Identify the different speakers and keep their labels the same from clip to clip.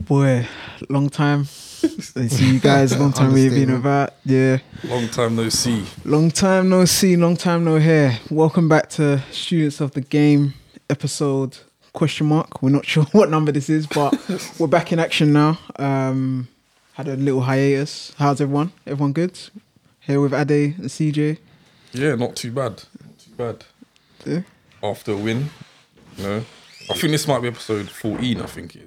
Speaker 1: boy, long time. I see you guys. Long time we've been
Speaker 2: Understatement.
Speaker 1: about. Yeah,
Speaker 3: Long time no see.
Speaker 1: long time no see. Long time no hear. Welcome back to Students of the Game episode question mark. We're not sure what number this is, but we're back in action now. Um, had a little hiatus. How's everyone? Everyone good? Here with Ade and CJ.
Speaker 3: Yeah, not too bad. Not too bad.
Speaker 1: Yeah.
Speaker 3: After a win, you know. I think this might be episode 14, I think it is.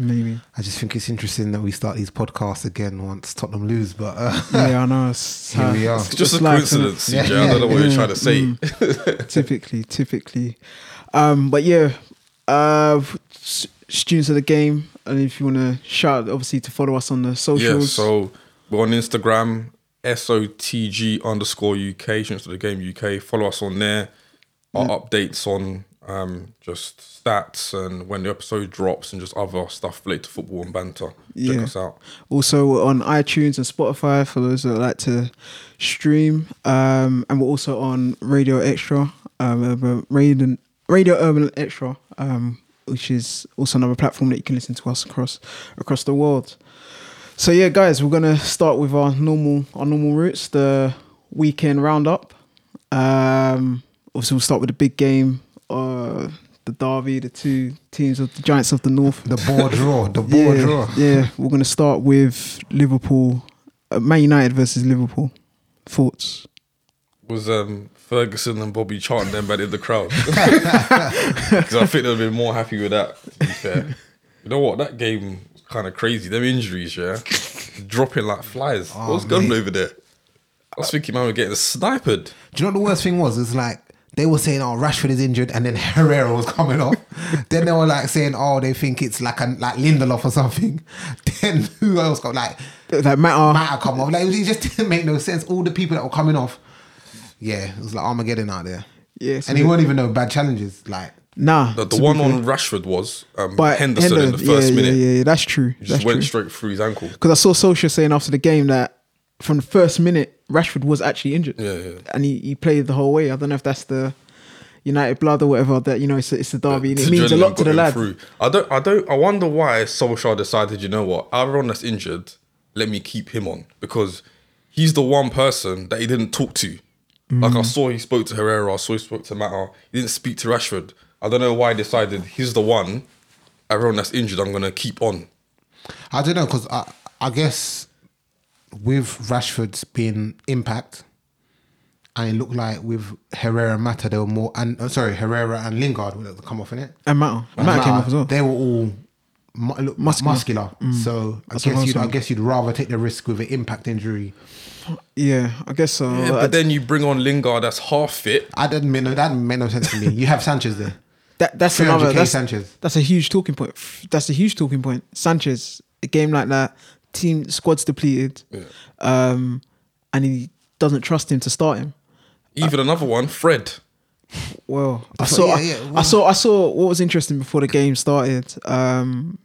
Speaker 1: Maybe.
Speaker 2: I just think it's interesting that we start these podcasts again once Tottenham lose, but uh,
Speaker 1: Yeah, I know. It's,
Speaker 2: Here we are.
Speaker 3: It's just a
Speaker 1: life, innit?
Speaker 3: coincidence,
Speaker 2: Yeah,
Speaker 3: CJ. I don't know what
Speaker 1: uh, yeah. mm,
Speaker 3: you're trying to say.
Speaker 1: typically, typically. Um, but yeah, uh, s- students of the game, and if you want to shout, obviously, to follow us on the
Speaker 3: Yeah,
Speaker 1: mm, socials.
Speaker 3: so we're on Instagram, SOTG underscore UK, Students of the Game UK. Follow us on there. Our updates on um, just stats and when the episode drops and just other stuff related to football and banter.
Speaker 1: Yeah.
Speaker 3: Check us out.
Speaker 1: Also we're on iTunes and Spotify for those that like to stream, um, and we're also on Radio Extra, um, Urban- Radio Radio Urban Extra, um, which is also another platform that you can listen to us across across the world. So yeah, guys, we're gonna start with our normal our normal routes, the weekend roundup. Um, obviously, we'll start with the big game, uh, the derby, the two teams of the Giants of the North
Speaker 2: the ball draw, the ball
Speaker 1: yeah,
Speaker 2: draw.
Speaker 1: yeah, we're gonna start with Liverpool, uh, Man United versus Liverpool. Thoughts?
Speaker 3: was um, Ferguson and Bobby chanting them back in the crowd. Because I think they'd been more happy with that, to be fair. You know what? That game was kind of crazy. Them injuries, yeah? Dropping like flies.
Speaker 2: Oh,
Speaker 3: What's going on
Speaker 2: mate.
Speaker 3: over there? I was thinking, man, we're getting sniped.
Speaker 2: Do you know what the worst thing was? It's like they were saying, "Oh, Rashford is injured," and then Herrera was coming off. then they were like saying, "Oh, they think it's like a, like Lindelof or something." Then who else got like
Speaker 1: Like matter.
Speaker 2: Matter come off? Like it just didn't make no sense. All the people that were coming off, yeah, it was like Armageddon out there.
Speaker 1: Yes,
Speaker 2: and it weren't even no bad challenges. Like
Speaker 1: nah.
Speaker 3: The, the
Speaker 1: to be
Speaker 3: one
Speaker 1: fair.
Speaker 3: on Rashford was um,
Speaker 1: But
Speaker 3: Henderson in the
Speaker 1: Hendo-
Speaker 3: first
Speaker 1: yeah,
Speaker 3: minute.
Speaker 1: Yeah, yeah, yeah, that's true.
Speaker 3: He
Speaker 1: That's
Speaker 3: just went
Speaker 1: true.
Speaker 3: straight through his ankle.
Speaker 1: Because I saw Solskjaer saying after the game that from the first minute Rashford was actually injured.
Speaker 3: Yeah, yeah.
Speaker 1: And he, he played the whole way. I don't know if that's the United blood or whatever. That you know, it's a, it's a derby. and it
Speaker 3: It's
Speaker 1: means a
Speaker 3: adrenaline
Speaker 1: lot to
Speaker 3: got
Speaker 1: the
Speaker 3: him
Speaker 1: lad.
Speaker 3: through. I don't, I don't, I wonder why Solskjaer decided, you know what, everyone that's injured, let me keep him on because he's the one person that he didn't talk to. Like
Speaker 1: Mm.
Speaker 3: I saw he spoke to Herrera, I saw he spoke to Mata, he didn't speak to Rashford. I don't know why he decided he's the one. Everyone that's injured, I'm gonna keep on.
Speaker 2: I don't know because I I guess with Rashford's being impact, and it looked like with Herrera and Mata they were more and uh, sorry Herrera and Lingard would have come off in it.
Speaker 1: And matter. Matter, came off as well.
Speaker 2: They were all mu- look,
Speaker 1: Muscular. Mm.
Speaker 2: muscular. So I
Speaker 1: That's what I
Speaker 2: guess
Speaker 1: was
Speaker 2: you'd I
Speaker 1: saying.
Speaker 2: guess you'd rather take the risk with an impact injury.
Speaker 1: Yeah, I guess uh, so.
Speaker 3: Yeah,
Speaker 1: I-
Speaker 3: but then you bring on Lingard that's half fit.
Speaker 2: I didn't make no, that made no sense to me. You have Sanchez there.
Speaker 1: That that's
Speaker 2: 300K
Speaker 1: another that's,
Speaker 2: Sanchez.
Speaker 1: That's a huge talking point. That's a huge talking point. Sanchez, a game like that, team squad's depleted, um, and he doesn't trust him to start him.
Speaker 3: Even another one, Fred.
Speaker 1: Well, I saw
Speaker 2: yeah, yeah,
Speaker 1: I, I saw I saw what was interesting before the game started. Um,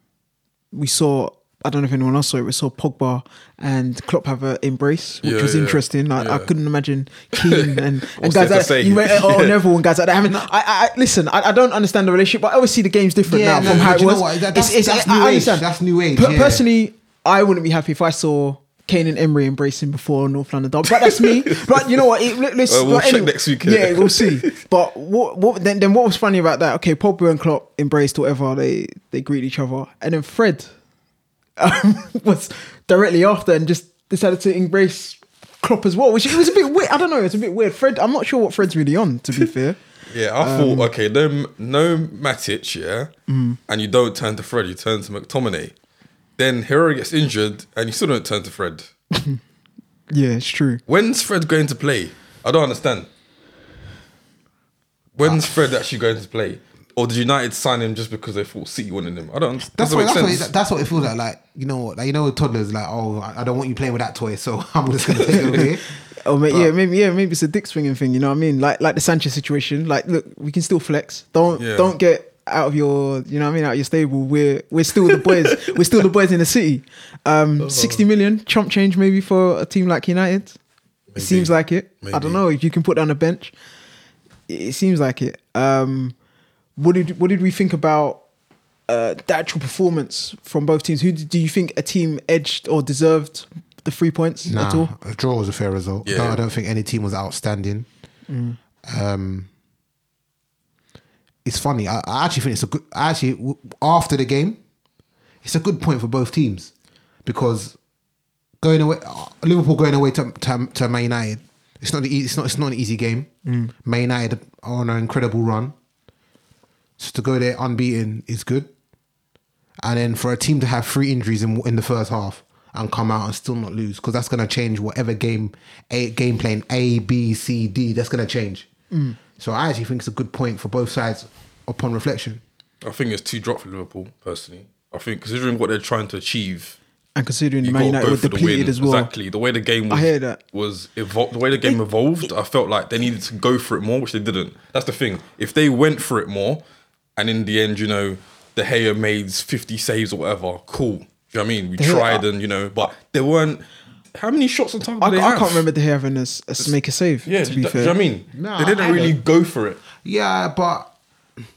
Speaker 1: we saw. I don't know if anyone else saw it. We saw Pogba and Klopp have an embrace, which
Speaker 3: Yeah,
Speaker 1: was
Speaker 3: yeah,
Speaker 1: interesting. I, I
Speaker 3: yeah.
Speaker 1: couldn't imagine Keane and, and
Speaker 3: What's
Speaker 1: guys
Speaker 3: there to
Speaker 1: like
Speaker 3: say?
Speaker 1: you went oh, Neville and guys like that. I mean, I, I I- listen. I, I don't understand the relationship, but obviously the game's different now
Speaker 2: Yeah, no,
Speaker 1: from
Speaker 2: but
Speaker 1: how it
Speaker 2: you know
Speaker 1: was.
Speaker 2: what? That-
Speaker 1: It's-
Speaker 2: that's-
Speaker 1: it's-
Speaker 2: that's new
Speaker 1: I
Speaker 2: age.
Speaker 1: understand.
Speaker 2: That's new age,
Speaker 1: Per-
Speaker 2: yeah.
Speaker 1: Personally, I wouldn't be happy if I saw. Kane and Emery embracing before North London Derby, but that's me. but you know what? It, let- let's,
Speaker 3: Uh, we'll
Speaker 1: but
Speaker 3: check
Speaker 1: anyway-
Speaker 3: next weekend.
Speaker 1: Yeah, we'll see. But what, what then, then what was funny about that? Okay, Pogba and Klopp embraced whatever they they greet each other, and then Fred um, was directly after and just decided to embrace Klopp as well, which it was a bit weird. I don't know, it's a bit weird. Fred, I'm not sure what Fred's really on. To be fair,
Speaker 3: Yeah, I
Speaker 2: Um,
Speaker 3: thought okay, no, no Matic, yeah,
Speaker 2: mm.
Speaker 3: and you don't turn to Fred, you turn to McTominay. Then Hero gets injured, and you still don't turn to Fred.
Speaker 1: yeah, it's true.
Speaker 3: When's Fred going to play? I don't understand.
Speaker 2: Ah.
Speaker 3: When's Fred actually going to play? Or did United sign him just because they thought City wanted him? I don't.
Speaker 2: That's
Speaker 3: doesn't
Speaker 2: what,
Speaker 3: make
Speaker 2: that's, what it,
Speaker 3: sense.
Speaker 2: that's what it feels like. Like you know what? Like you know, toddlers like oh I I don't want you playing with that toy, so I'm just gonna take it over here.
Speaker 1: Oh mate, yeah, maybe yeah, maybe it's a dick swinging thing. You know what I mean? Like like the Sanchez situation. Like, look, we can still flex. Don't
Speaker 3: Yeah.
Speaker 1: don't get out of your you know what I mean out of your stable. We're we're still the boys. we're still the boys in the city.
Speaker 3: Oh.
Speaker 1: Um, sixty million chump change maybe for a team like United. It seems like it. I
Speaker 3: Maybe.
Speaker 1: don't know if you can put down a bench. It, it seems like it. Um, what did what did we think about? uh, the actual performance from both teams, who d- do you think a team edged or deserved the three points at
Speaker 2: Nah,
Speaker 1: all?
Speaker 2: a draw was a fair result.
Speaker 3: Yeah.
Speaker 2: No, I don't think any team was outstanding.
Speaker 1: Mm.
Speaker 2: Um, it's funny. I, I actually think it's a good. I Actually, w- after the game, it's a good point for both teams because going away, uh, Liverpool going away to, to to Man United. It's not. The, ea- it's not. It's not an easy game.
Speaker 1: Mm.
Speaker 2: Man United are on an incredible run. So to go there unbeaten is good. And then for a team to have three injuries in, in the first half and come out and still not lose, because that's going to change whatever game a, game plan A, B, C, D, that's going to change.
Speaker 1: Mm.
Speaker 2: So I actually think it's a good point for both sides upon reflection.
Speaker 3: I think it's too drop for Liverpool, personally. I think considering what they're trying to achieve,
Speaker 1: And considering
Speaker 3: you
Speaker 1: Man
Speaker 3: got to
Speaker 1: United
Speaker 3: go
Speaker 1: were
Speaker 3: for the win.
Speaker 1: depleted as well.
Speaker 3: Exactly. The way the game was,
Speaker 1: I hear that.
Speaker 3: was evolved, the way the game evolved, I felt like they needed to go for it more, which they didn't. That's the thing. If they went for it more, and in the end, you know, the Gea made 50 saves or whatever, cool. Do you know what I mean? We
Speaker 1: Gea-
Speaker 3: tried and, you know, but there weren't. How many shots on target
Speaker 1: I,
Speaker 3: did they
Speaker 1: I
Speaker 3: have?
Speaker 1: can't remember the hair having a, s- a make a save.
Speaker 3: Yeah,
Speaker 1: to
Speaker 3: do,
Speaker 1: be
Speaker 3: do
Speaker 1: fair,
Speaker 3: you know what I mean?
Speaker 2: No,
Speaker 3: they
Speaker 2: I
Speaker 3: didn't really go for it.
Speaker 2: Yeah, but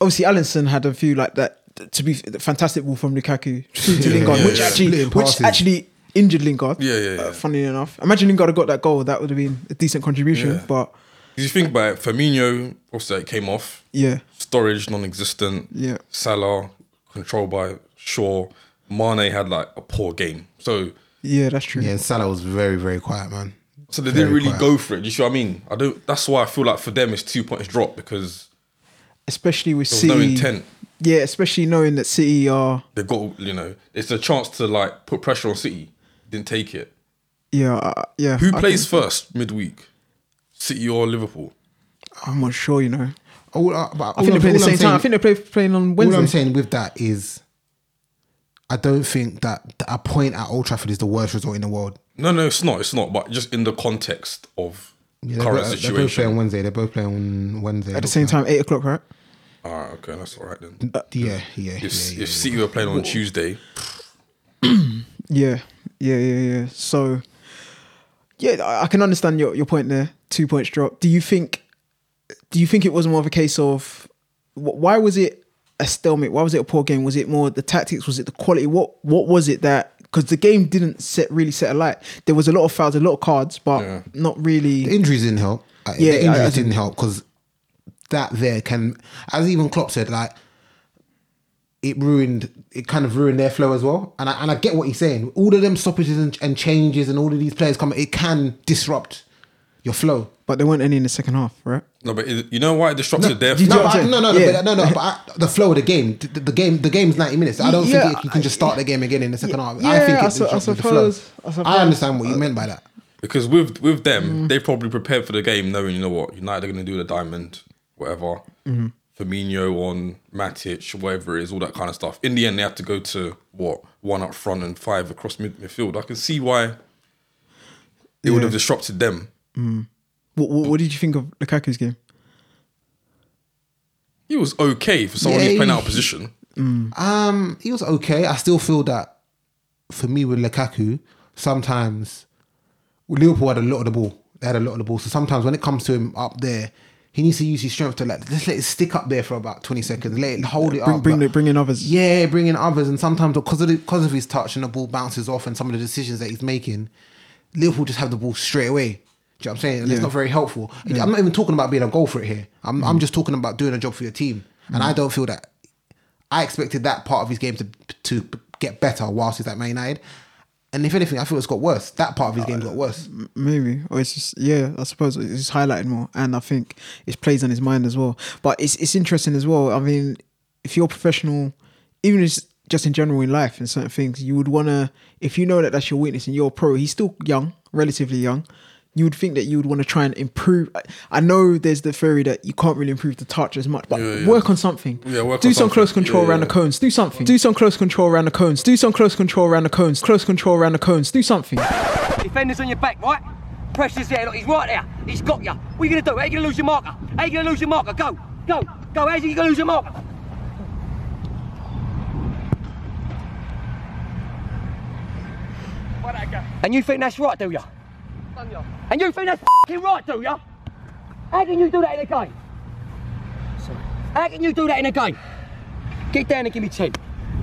Speaker 1: obviously Allison had a few like that. To be f- fantastic ball from Lukaku through to
Speaker 3: Yeah,
Speaker 1: Lingard,
Speaker 3: yeah,
Speaker 1: which
Speaker 3: yeah.
Speaker 1: actually,
Speaker 2: Splitting
Speaker 1: which
Speaker 2: passes.
Speaker 1: actually injured Lingard.
Speaker 3: Yeah, yeah, yeah.
Speaker 1: Uh, funnily enough, imagine Lingard had got that goal. That would have been a decent contribution.
Speaker 3: Yeah.
Speaker 1: But
Speaker 3: If you think about it, Firmino, obviously, it came off.
Speaker 1: yeah,
Speaker 3: storage non-existent.
Speaker 1: Yeah.
Speaker 3: Salah controlled by Shaw. Mane had like a poor game. So
Speaker 1: yeah, that's true.
Speaker 2: yeah, and Salah was very, very quiet, man.
Speaker 3: so they
Speaker 2: Very
Speaker 3: didn't really
Speaker 2: quiet.
Speaker 3: go for it. You see what I mean? I don't. That's why I feel like for them it's two points drop because
Speaker 1: Especially with
Speaker 3: there was no
Speaker 1: City.
Speaker 3: intent.
Speaker 1: Yeah, especially knowing that City are.
Speaker 3: they got you know it's a chance to like put pressure on City. Didn't take it.
Speaker 1: Yeah, uh, yeah.
Speaker 3: Who
Speaker 1: I
Speaker 3: plays first midweek? City or Liverpool?
Speaker 1: think- I'm not sure. You know,
Speaker 2: All, uh, but
Speaker 1: I think they play
Speaker 2: all I'm-
Speaker 1: the
Speaker 2: all I'm
Speaker 1: same time. I
Speaker 2: saying-
Speaker 1: think they play playing on
Speaker 2: All I'm
Speaker 1: Wednesday.
Speaker 2: saying with that is, I don't think that a point at Old Trafford is the worst result in the world.
Speaker 3: No, no, it's not. It's not. But just in the context of
Speaker 2: Yeah,
Speaker 3: current
Speaker 2: both, They're both
Speaker 3: situation.
Speaker 2: playing Wednesday. They're both playing on Wednesday.
Speaker 1: At the same time, eight o'clock, right?
Speaker 3: Ah, okay, that's all right then.
Speaker 2: Yeah, yeah.
Speaker 3: If,
Speaker 2: yeah, yeah,
Speaker 3: if City were playing on Tuesday,
Speaker 1: Yeah, yeah, yeah, yeah. So, yeah, I, I can understand your, your point there. Two points drop. Do you think? Do you think it was more of a case of wh- why was it a stalemate? Why was it a poor game? Was it more the tactics? Was it the quality? What What was it that? Because the game didn't set really set alight. There was a lot of fouls, a lot of cards, but
Speaker 3: Yeah.
Speaker 1: not really.
Speaker 2: The injuries didn't help. Uh,
Speaker 1: Yeah,
Speaker 2: the
Speaker 1: I- I
Speaker 2: injuries
Speaker 1: think-
Speaker 2: didn't help because that there can, as even Klopp said, like it ruined, it kind of ruined their flow as well. And I, and I get what he's saying. All of them stoppages and, and changes and all of these players come, it can disrupt your flow.
Speaker 1: but there weren't any in the second half, right?
Speaker 3: no, but is, you know why it disrupted their
Speaker 1: did you-
Speaker 2: No,
Speaker 1: know
Speaker 2: but
Speaker 1: what
Speaker 2: I,
Speaker 1: I'm
Speaker 2: no, no,
Speaker 1: saying?
Speaker 2: no,
Speaker 1: Yeah.
Speaker 2: but, no, no. But I, the flow of the game, the, the game, the game's ninety minutes. I don't
Speaker 1: Yeah,
Speaker 2: think it, you can just start the game again in the second half.
Speaker 1: yeah,
Speaker 2: I think
Speaker 1: I
Speaker 2: it
Speaker 1: su- I
Speaker 2: disrupted the flow.
Speaker 1: suppose- I suppose.
Speaker 2: I understand what you meant by that.
Speaker 3: Because with with them,
Speaker 2: Mm.
Speaker 3: they probably prepared for the game, knowing you know what United are going to do the diamond, whatever.
Speaker 2: Mm-hmm.
Speaker 3: Firmino on Matic, whatever it is, all that kind of stuff. In the end, they had to go to what one up front and five across mid- midfield. I can see why it would have disrupted them.
Speaker 1: What, what, what did you think of Lukaku's game?
Speaker 3: He was okay for someone who's
Speaker 2: Yeah,
Speaker 3: playing
Speaker 2: he-
Speaker 3: out of position.
Speaker 2: Um, he was okay. I still feel that for me with Lukaku, sometimes Liverpool had a lot of the ball. They had a lot of the ball. So sometimes when it comes to him up there, he needs to use his strength to like just let it stick up there for about twenty seconds. Let it hold it
Speaker 1: Bring
Speaker 2: up.
Speaker 1: bring,
Speaker 2: but-
Speaker 1: the, bring in others.
Speaker 2: Yeah, bringing others, and sometimes because of the, because of his touch and the ball bounces off, and some of the decisions that he's making, Liverpool just have the ball straight away. Do you know what I'm saying? And It's
Speaker 1: Yeah.
Speaker 2: not very helpful. I'm not even talking about being a goal for it here. I'm I'm just talking about doing a job for your team, and I don't feel that. I expected that part of his game to to get better whilst he's at Man United, and if anything, I feel it's got worse. That part of his game got worse.
Speaker 1: maybe or it's just yeah i suppose it's just highlighted more and i think it plays on his mind as well but it's it's interesting as well i mean if you're professional even just just in general in life and certain things you would want to if you know that that's your weakness and you're a pro he's still young relatively young you would think that you would want to try and improve I- i know there's the theory that you can't really improve the touch as much but
Speaker 3: yeah.
Speaker 1: work on something
Speaker 3: Yeah, work
Speaker 1: do
Speaker 3: on
Speaker 1: some
Speaker 3: something.
Speaker 1: close control
Speaker 3: Yeah,
Speaker 1: around
Speaker 3: yeah.
Speaker 1: the cones do something do some close control around the cones do some close control around the cones close control around the cones do something
Speaker 4: Defenders on your back, right? Pressure's there, look, he's right there. He's got you. What are you going to do? How you going to lose your marker? How you going to lose your marker? Go, go, go. How's he going to lose your marker? And you think that's right, do ya? And you think that's f***ing right, do ya? How can you do that in a game? How can you do that in a game? Get down and give me 10.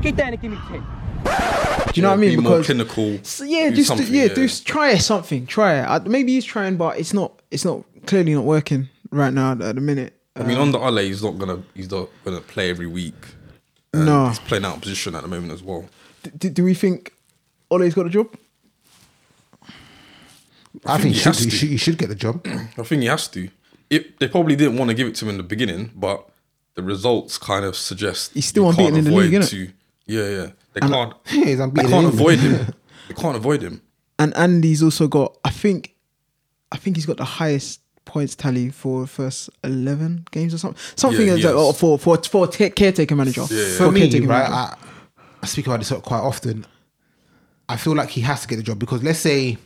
Speaker 4: Get down and give me 10.
Speaker 1: Do you know
Speaker 3: Yeah,
Speaker 1: what I mean?
Speaker 3: be more clinical,
Speaker 1: S- yeah,
Speaker 3: do
Speaker 1: just
Speaker 3: something,
Speaker 1: yeah,
Speaker 3: yeah.
Speaker 1: just try something. Try it. I, maybe he's trying, but it's not. It's not clearly not working right now at the minute.
Speaker 3: I mean, under Ale, he's not gonna he's not gonna play every week.
Speaker 1: no.
Speaker 3: He's playing out of position at the moment as well.
Speaker 1: D- do, do we think Ole's got a job?
Speaker 2: I think
Speaker 3: he
Speaker 2: you should,
Speaker 3: has
Speaker 2: you
Speaker 3: to.
Speaker 2: should, you should get the job.
Speaker 3: I think he has to. It, they probably didn't want to give it to him in the beginning, but the results kind of suggest
Speaker 1: He's still
Speaker 3: you
Speaker 1: unbeaten
Speaker 3: can't
Speaker 1: in the
Speaker 3: avoid
Speaker 1: league, innit? uh,
Speaker 3: to- Yeah, yeah. They can't.
Speaker 2: he's
Speaker 3: they
Speaker 2: unbeaten
Speaker 3: can't
Speaker 2: in the
Speaker 3: avoid him. They can't avoid him.
Speaker 1: And Andy's also got. I think, I think he's got the highest points tally for first eleven games or something. Something
Speaker 3: Yeah,
Speaker 1: as
Speaker 3: he
Speaker 1: like,
Speaker 3: has.
Speaker 1: oh, for for for ta- caretaker manager.
Speaker 2: For
Speaker 1: For
Speaker 2: me,
Speaker 1: caretaker
Speaker 2: right,
Speaker 1: manager.
Speaker 2: I, I speak about this quite often. I feel like he has to get the job because let's say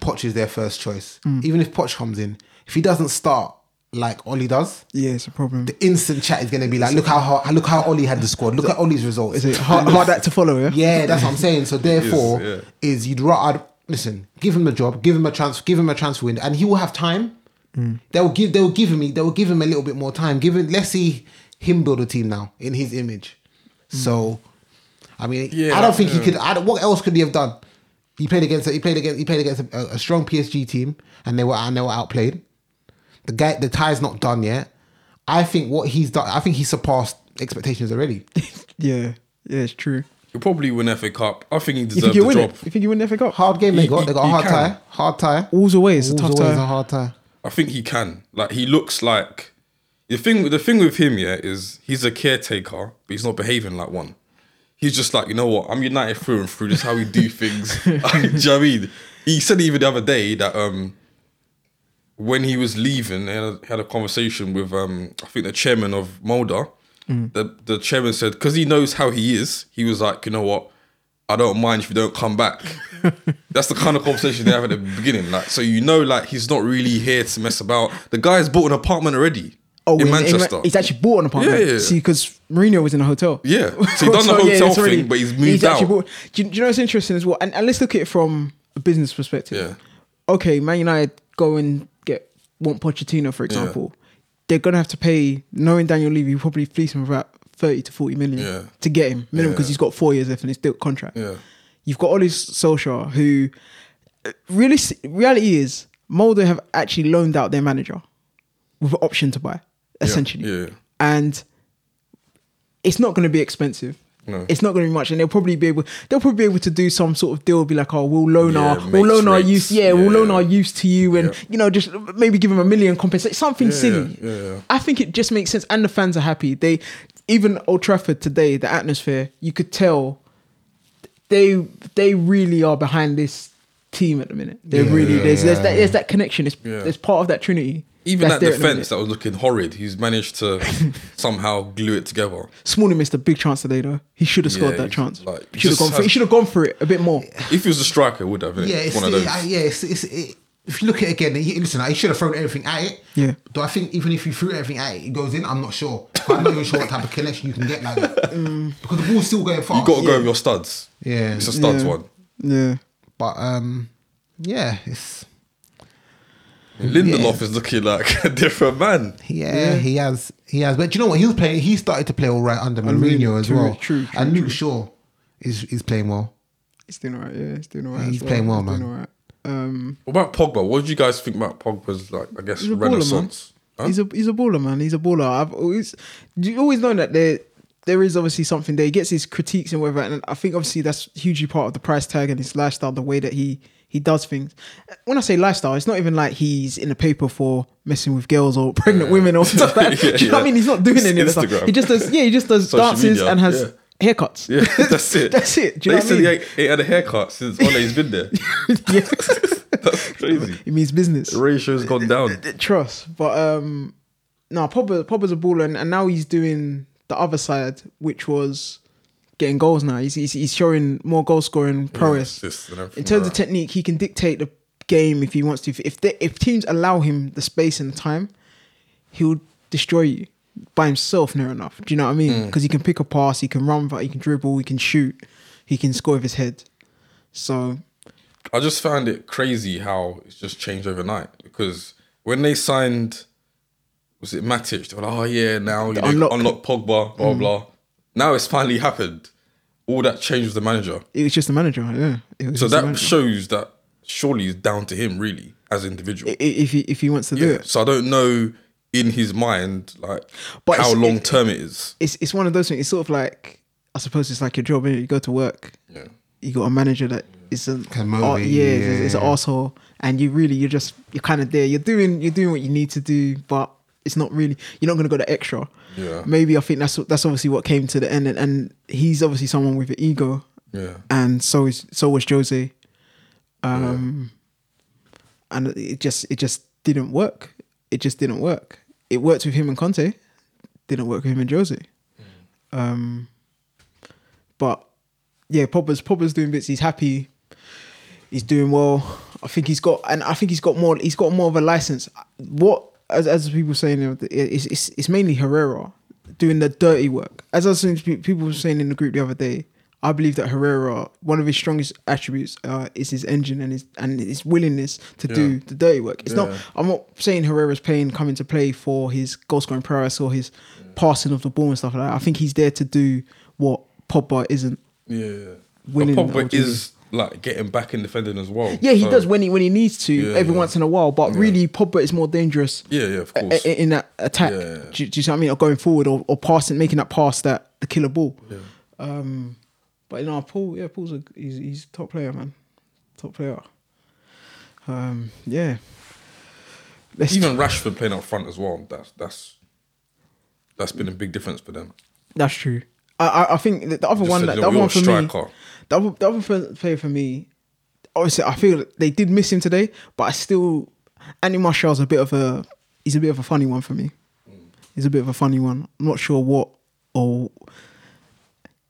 Speaker 2: Poch is their first choice. Even if Poch comes in, if he doesn't start like Ollie does,
Speaker 1: yeah, it's a problem.
Speaker 2: the instant chat is going to be like, look how hard, look how Ollie had the squad. Look at Ollie's results.
Speaker 1: Is it hard, hard act to follow? Yeah.
Speaker 2: Yeah, that's what I'm saying. So therefore,
Speaker 3: yeah.
Speaker 2: is you'd rather I'd- listen, give him a job, give him a transfer, give him a transfer window, and he will have time.
Speaker 1: Mm.
Speaker 2: They will give, they will give him, they will give him a little bit more time. Give him, let's see him build a team now in his image. So, I mean,
Speaker 3: Yeah,
Speaker 2: I don't think
Speaker 3: Mm. yeah.
Speaker 2: he could. I don't, what else could he have done? He played against, he played against, he played against a, a strong PSG team, and they were, and they were outplayed. The guy, the tie's not done yet. I think what he's done, I think he surpassed expectations already.
Speaker 1: yeah, yeah, it's true.
Speaker 3: He'll probably win FA Cup. I think he
Speaker 1: You
Speaker 3: deserves
Speaker 1: think you
Speaker 3: the
Speaker 1: win
Speaker 3: job.
Speaker 1: it? You think you win the FA Cup?
Speaker 2: Hard game they
Speaker 3: He-
Speaker 2: got.
Speaker 3: he-
Speaker 2: They got a
Speaker 3: he
Speaker 2: hard
Speaker 3: can.
Speaker 2: tie. Hard tie.
Speaker 1: All's away. It's a
Speaker 2: Wolves
Speaker 1: tough
Speaker 2: always a
Speaker 1: tie.
Speaker 2: hard tie.
Speaker 3: I think he can. Like he looks like the thing. The thing with him, yeah, is he's a caretaker, but he's not behaving like one. He's just like, you know what? I'm United through and through. This is how we do things. do you know what I mean? He said even the other day that um, when he was leaving, he had a, had a conversation with um, I think the chairman of Mulder. The the chairman said because he knows how he is. He was like, you know what? I don't mind if you don't come back. That's the kind of conversation they have at the beginning. Like, so you know, like he's not really here to mess about. The guy's bought an apartment already
Speaker 1: Oh,
Speaker 3: in Manchester.
Speaker 1: he's actually bought an apartment.
Speaker 3: Yeah, yeah.
Speaker 1: See, because Mourinho was in a hotel.
Speaker 3: Yeah. So he done the hotel
Speaker 1: it's
Speaker 3: thing, but he's moved
Speaker 1: actually
Speaker 3: out.
Speaker 1: Bought, do, you, do you know what's interesting as well? And, and let's look at it from a business perspective.
Speaker 3: Yeah.
Speaker 1: Okay, Man United go and get want Pochettino, for example. They're gonna have to pay, knowing Daniel Levy, you probably fleece him for about thirty to forty million
Speaker 3: Yeah.
Speaker 1: to get him minimum
Speaker 3: Yeah.
Speaker 1: because he's got four years left in his deal- contract.
Speaker 3: Yeah.
Speaker 1: You've got Oli Solskjaer, who really reality is Mulder have actually loaned out their manager with an option to buy, essentially.
Speaker 3: yeah.
Speaker 1: And it's not going to be expensive.
Speaker 3: No.
Speaker 1: It's not going to be much, and they'll probably be able. They'll probably be able to do some sort of deal. Be like, oh, we'll loan
Speaker 3: Yeah,
Speaker 1: our, we'll
Speaker 3: mates
Speaker 1: loan our
Speaker 3: rates.
Speaker 1: use, yeah, we'll
Speaker 3: Yeah,
Speaker 1: loan
Speaker 3: yeah.
Speaker 1: our use to you, and
Speaker 3: Yeah.
Speaker 1: you know, just maybe give them a million compensation, something
Speaker 3: yeah,
Speaker 1: silly.
Speaker 3: yeah, yeah.
Speaker 1: I think it just makes sense, and the fans are happy. They, even Old Trafford today, the atmosphere, you could tell they they really are behind this team at the minute. They really there's there's that, there's that connection. It's
Speaker 3: Yeah.
Speaker 1: there's part of that trinity.
Speaker 3: Even
Speaker 1: that's
Speaker 3: that
Speaker 1: there at the
Speaker 3: defense
Speaker 1: minute.
Speaker 3: that was looking horrid, he's managed to somehow glue it together.
Speaker 1: Smalling missed a big chance today though. He should have scored
Speaker 3: Yeah,
Speaker 1: that
Speaker 3: he's
Speaker 1: chance.
Speaker 3: like-
Speaker 1: he should have
Speaker 3: just
Speaker 1: gone for
Speaker 3: has-
Speaker 1: it. He should have gone for it a bit more.
Speaker 3: If he was a striker, it would have. innit?
Speaker 2: Yeah, it's,
Speaker 3: one of those.
Speaker 2: I- yeah. It's, it's, it, if you look at it again, he, listen, I should have thrown everything at it.
Speaker 1: Yeah.
Speaker 2: Do I think even if you threw everything at it, it goes in? I'm not sure. But I'm not even sure what type of connection you can get like that.
Speaker 1: Mm.
Speaker 2: Because the ball's still going fast.
Speaker 3: you got to go with your studs.
Speaker 2: Yeah.
Speaker 3: it's a studs
Speaker 1: yeah.
Speaker 3: one.
Speaker 1: Yeah.
Speaker 2: But um, yeah, it's
Speaker 3: Lindelof is looking like a different man.
Speaker 2: yeah, he has he has. But do you know what? He was playing. He started to play all right under Mourinho as
Speaker 1: true,
Speaker 2: well.
Speaker 1: true, true,
Speaker 2: and Luke Shaw is is playing well.
Speaker 1: It's doing alright, yeah. It's doing alright.
Speaker 2: He's
Speaker 1: as
Speaker 2: playing well,
Speaker 1: It's doing
Speaker 2: man.
Speaker 1: alright. Um
Speaker 3: What about Pogba? What did you guys think about Pogba's like? I guess
Speaker 1: he's a baller, man.
Speaker 3: renaissance. Huh?
Speaker 1: He's a he's a baller, man. He's a baller. I've always you always known that there there is obviously something there. He gets his critiques and whatever, and I think obviously that's hugely part of the price tag and his lifestyle, the way that he he does things. When I say lifestyle, it's not even like he's in the paper for messing with girls or pregnant women or stuff like that.
Speaker 3: Yeah,
Speaker 1: Do you know what I
Speaker 3: yeah.
Speaker 1: mean? He's not doing
Speaker 3: It's
Speaker 1: any of that stuff.
Speaker 3: Instagram.
Speaker 1: He just does yeah, he just does
Speaker 3: Social
Speaker 1: dances
Speaker 3: media,
Speaker 1: and has haircuts.
Speaker 3: Yeah, that's it.
Speaker 1: That's it. Do you
Speaker 3: they
Speaker 1: know what I
Speaker 3: said
Speaker 1: mean?
Speaker 3: he ain't- ain't had a haircut since Ole's been there.
Speaker 1: Yeah.
Speaker 3: that's crazy.
Speaker 1: it means business.
Speaker 3: The ratio's gone down.
Speaker 1: trust. But um no, Pogba, Pogba's a baller, and, and now he's doing the other side, which was getting goals. Now he's he's, he's showing more goal scoring prowess.
Speaker 3: assists and everything
Speaker 1: In terms
Speaker 3: like
Speaker 1: of
Speaker 3: that.
Speaker 1: technique, he can dictate the game if he wants to. If if, they, if teams allow him the space and time, he'll destroy you by himself near enough. Do you know what I mean?
Speaker 3: Mm.
Speaker 1: Because he can pick a pass, he can run, but he can dribble, he can shoot, he can score with his head. So
Speaker 3: I just found it crazy how it's just changed overnight because when they signed, was it Matic? They were like, oh yeah, now you know,
Speaker 1: unlock. Mm.
Speaker 3: unlock. Pogba, blah blah. Now it's finally happened. All that changed was the manager.
Speaker 1: It was just the manager. Yeah. It was just
Speaker 3: So
Speaker 1: the
Speaker 3: that
Speaker 1: manager.
Speaker 3: shows that surely it's down to him, really, as an individual.
Speaker 1: I- if he if he wants to do
Speaker 3: yeah.
Speaker 1: it.
Speaker 3: So I don't know in his mind like
Speaker 1: But
Speaker 3: how
Speaker 1: it's-
Speaker 3: long term it is.
Speaker 1: It's it's one of those things. It's sort of like I suppose it's like your job. innit? You go to work.
Speaker 3: Yeah.
Speaker 1: You got a manager that is an
Speaker 2: Can
Speaker 1: oh,
Speaker 2: motivate
Speaker 1: yeah,
Speaker 2: you,
Speaker 1: it's, it's an
Speaker 2: yeah.
Speaker 1: asshole, and you really you're just you're kind of there. You're doing you're doing what you need to do, but it's not really you're not going to go the extra.
Speaker 3: Yeah.
Speaker 1: Maybe I think that's that's obviously what came to the end, and, and he's obviously someone with an ego.
Speaker 3: Yeah.
Speaker 1: and so is so was Jose. Um, and it just it just didn't work. It just didn't work. It worked with him and Conte, didn't work with him and Jose. Um, but yeah, Popper's Popper's doing bits. He's happy. He's doing well. I think he's got, and I think he's got more. He's got more of a license. What as as people saying, you know, it's it's, it's mainly Herrera doing the dirty work. As I was saying, to pe- people were saying in the group the other day, I believe that Herrera, one of his strongest attributes, uh, is his engine and his and his willingness to do the dirty work. It's
Speaker 3: Yeah.
Speaker 1: not. I'm not saying Herrera's playing coming to play for his goal scoring prowess or his passing of the ball and stuff like that. I think he's there to do what Pogba isn't.
Speaker 3: Yeah.
Speaker 1: Winning
Speaker 3: but Pogba
Speaker 1: ultimately.
Speaker 3: is like getting back and defending as well.
Speaker 1: Yeah, he
Speaker 3: So-
Speaker 1: does when he when he needs to
Speaker 3: Yeah,
Speaker 1: every
Speaker 3: yeah.
Speaker 1: once in a while. But really, Pogba is more dangerous.
Speaker 3: Yeah, yeah, of
Speaker 1: i-
Speaker 3: course.
Speaker 1: i- In that attack,
Speaker 3: Yeah, yeah.
Speaker 1: Do, you- do you see what I mean? Or going forward, or, or passing, making that pass that the killer ball. Um, but you know, Paul, yeah, Paul's a he's, he's top player, man, top player. Um, yeah. Let's
Speaker 3: Even Rashford playing up front as well. That's that's that's been a big difference for them.
Speaker 1: That's true. I I, I think the, the other
Speaker 3: Just
Speaker 1: one,
Speaker 3: said
Speaker 1: that,
Speaker 3: you're-
Speaker 1: the other
Speaker 3: you're
Speaker 1: one for
Speaker 3: a
Speaker 1: me,
Speaker 3: striker.
Speaker 1: the other, the other f- player for me, obviously I feel they did miss him today, but I still, Andy Martial's a bit of a, he's a bit of a funny one for me. He's a bit of a funny one. I'm not sure what or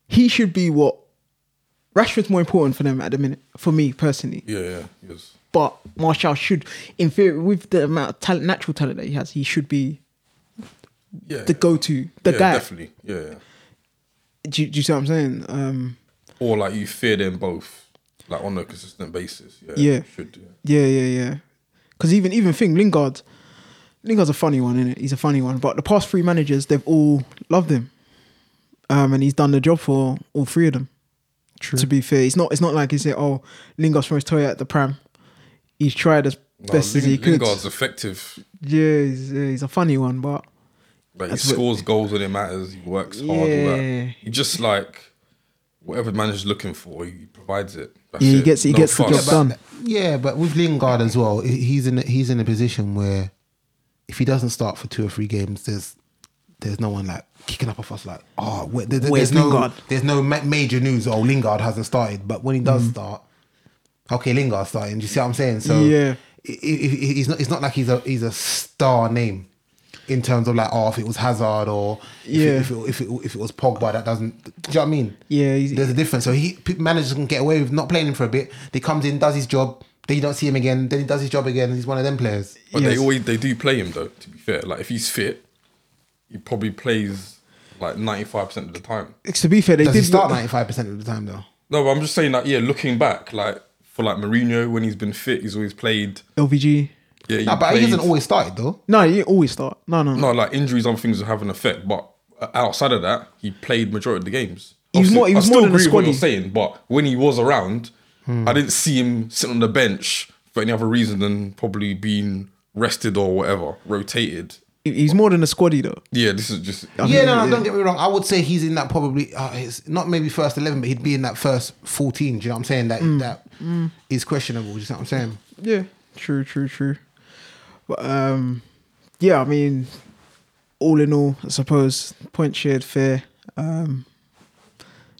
Speaker 1: he should be what. Rashford's more important for them at the minute, for me personally.
Speaker 3: Yeah, yeah, yes.
Speaker 1: But Martial should, in theory, with the amount of talent, natural talent that he has, he should be
Speaker 3: Yeah.
Speaker 1: the go-to, the
Speaker 3: yeah,
Speaker 1: guy.
Speaker 3: Definitely. Yeah, yeah.
Speaker 1: Do, you- do you see what I'm saying? Um,
Speaker 3: Or like you fear them both, like on a consistent basis. Yeah.
Speaker 1: Yeah.
Speaker 3: Should do.
Speaker 1: Yeah, yeah, yeah. Because even even thing Lingard, Lingard's a funny one, isn't it? He's a funny one. But the past three managers, they've all loved him, um, and he's done the job for all three of them. True. To be fair, it's not it's not like he said, "Oh, Lingard's from his toy at the prem." He's tried as
Speaker 3: No,
Speaker 1: best as
Speaker 3: Ling-
Speaker 1: he could.
Speaker 3: Lingard's effective.
Speaker 1: yeah, he's, yeah, he's a funny one, but
Speaker 3: Like he
Speaker 1: That's what-
Speaker 3: scores goals when it matters. He works hard. All
Speaker 1: Yeah.
Speaker 3: that. He just like whatever the manager's looking for, he provides it. That's
Speaker 1: Yeah, he
Speaker 3: it.
Speaker 1: gets- he
Speaker 3: No
Speaker 1: gets the
Speaker 3: fuss.
Speaker 1: job done.
Speaker 2: Yeah, but with Lingard as well, he- he's in a, he's in a position where if he doesn't start for two or three games, there's there's no one like kicking up a fuss like oh where, there, there-
Speaker 1: Where's
Speaker 2: there's no
Speaker 1: Lingard?
Speaker 2: there's no ma- major news oh Lingard hasn't started, but when he
Speaker 1: Mm.
Speaker 2: does start, okay Lingard's starting. Do you see what I'm saying? So
Speaker 1: Yeah.
Speaker 2: i- i- i- he's not it's not like he's a he's a star name. In terms of like, oh, if it was Hazard or if,
Speaker 1: Yeah.
Speaker 2: it, if, it, if, it, if it was Pogba, that doesn't. Do you know what I mean?
Speaker 1: Yeah, he's-
Speaker 2: there's a difference. So he pe- managers can get away with not playing him for a bit. He comes in, does his job. Then you don't see him again. Then he does his job again. He's one of them players.
Speaker 3: But
Speaker 1: Yes.
Speaker 3: they always they do play him though. To be fair, like if he's fit, he probably plays like ninety five percent of the time.
Speaker 1: to be fair, they
Speaker 2: Does
Speaker 1: did
Speaker 2: he start
Speaker 1: look-
Speaker 2: ninety five percent of the time though?
Speaker 3: No, but I'm just saying that. Yeah, looking back, like for like Mourinho when he's been fit, he's always played.
Speaker 1: LVG.
Speaker 3: Yeah, he
Speaker 2: No, but
Speaker 3: played-
Speaker 2: he hasn't always started though.
Speaker 1: No, he didn't always start. No, no, no.
Speaker 3: No, like injuries, other things have an effect. But outside of that, he played majority of the games.
Speaker 1: He was
Speaker 3: Obviously,
Speaker 1: more- he was
Speaker 3: I
Speaker 1: more
Speaker 3: still
Speaker 1: than Hmm. a
Speaker 3: agree with what you're
Speaker 1: squaddy.
Speaker 3: saying, but when he was around, I didn't see him sitting on the bench for any other reason than probably being rested or whatever, rotated.
Speaker 1: He- He's more than a squaddy though.
Speaker 3: Yeah, this is just.
Speaker 2: Yeah, no, no,
Speaker 1: yeah.
Speaker 2: don't get me wrong. I would say he's in that probably uh, it's not maybe first eleven, but he'd be in that first fourteen. Do you know what I'm saying? That that is questionable. Do you know what I'm saying?
Speaker 1: Yeah, true, true, true. But um, yeah, I mean, all in all, I suppose point shared fair. Um,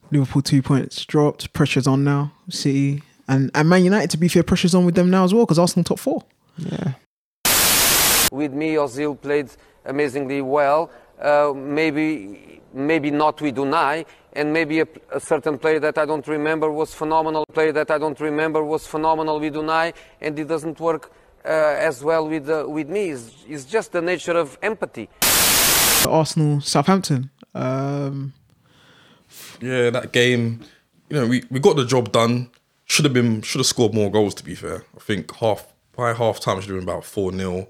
Speaker 1: Liverpool two points dropped. Pressure's on now. City and and Man United. To be fair, pressure's on with them now as well because Arsenal top four.
Speaker 2: Yeah.
Speaker 5: with me, Ozil played amazingly well. Uh, maybe, maybe not with Unai, and maybe a, a certain player that I don't remember was phenomenal. Player that I don't remember was phenomenal with Unai, and it doesn't work uh, as well with uh, with me. It's, it's just the nature of empathy.
Speaker 1: Arsenal, Southampton. Um,
Speaker 3: Yeah, that game, you know, we, we got the job done. Should have been should have scored more goals to be fair. I think half by half time should have been about four 0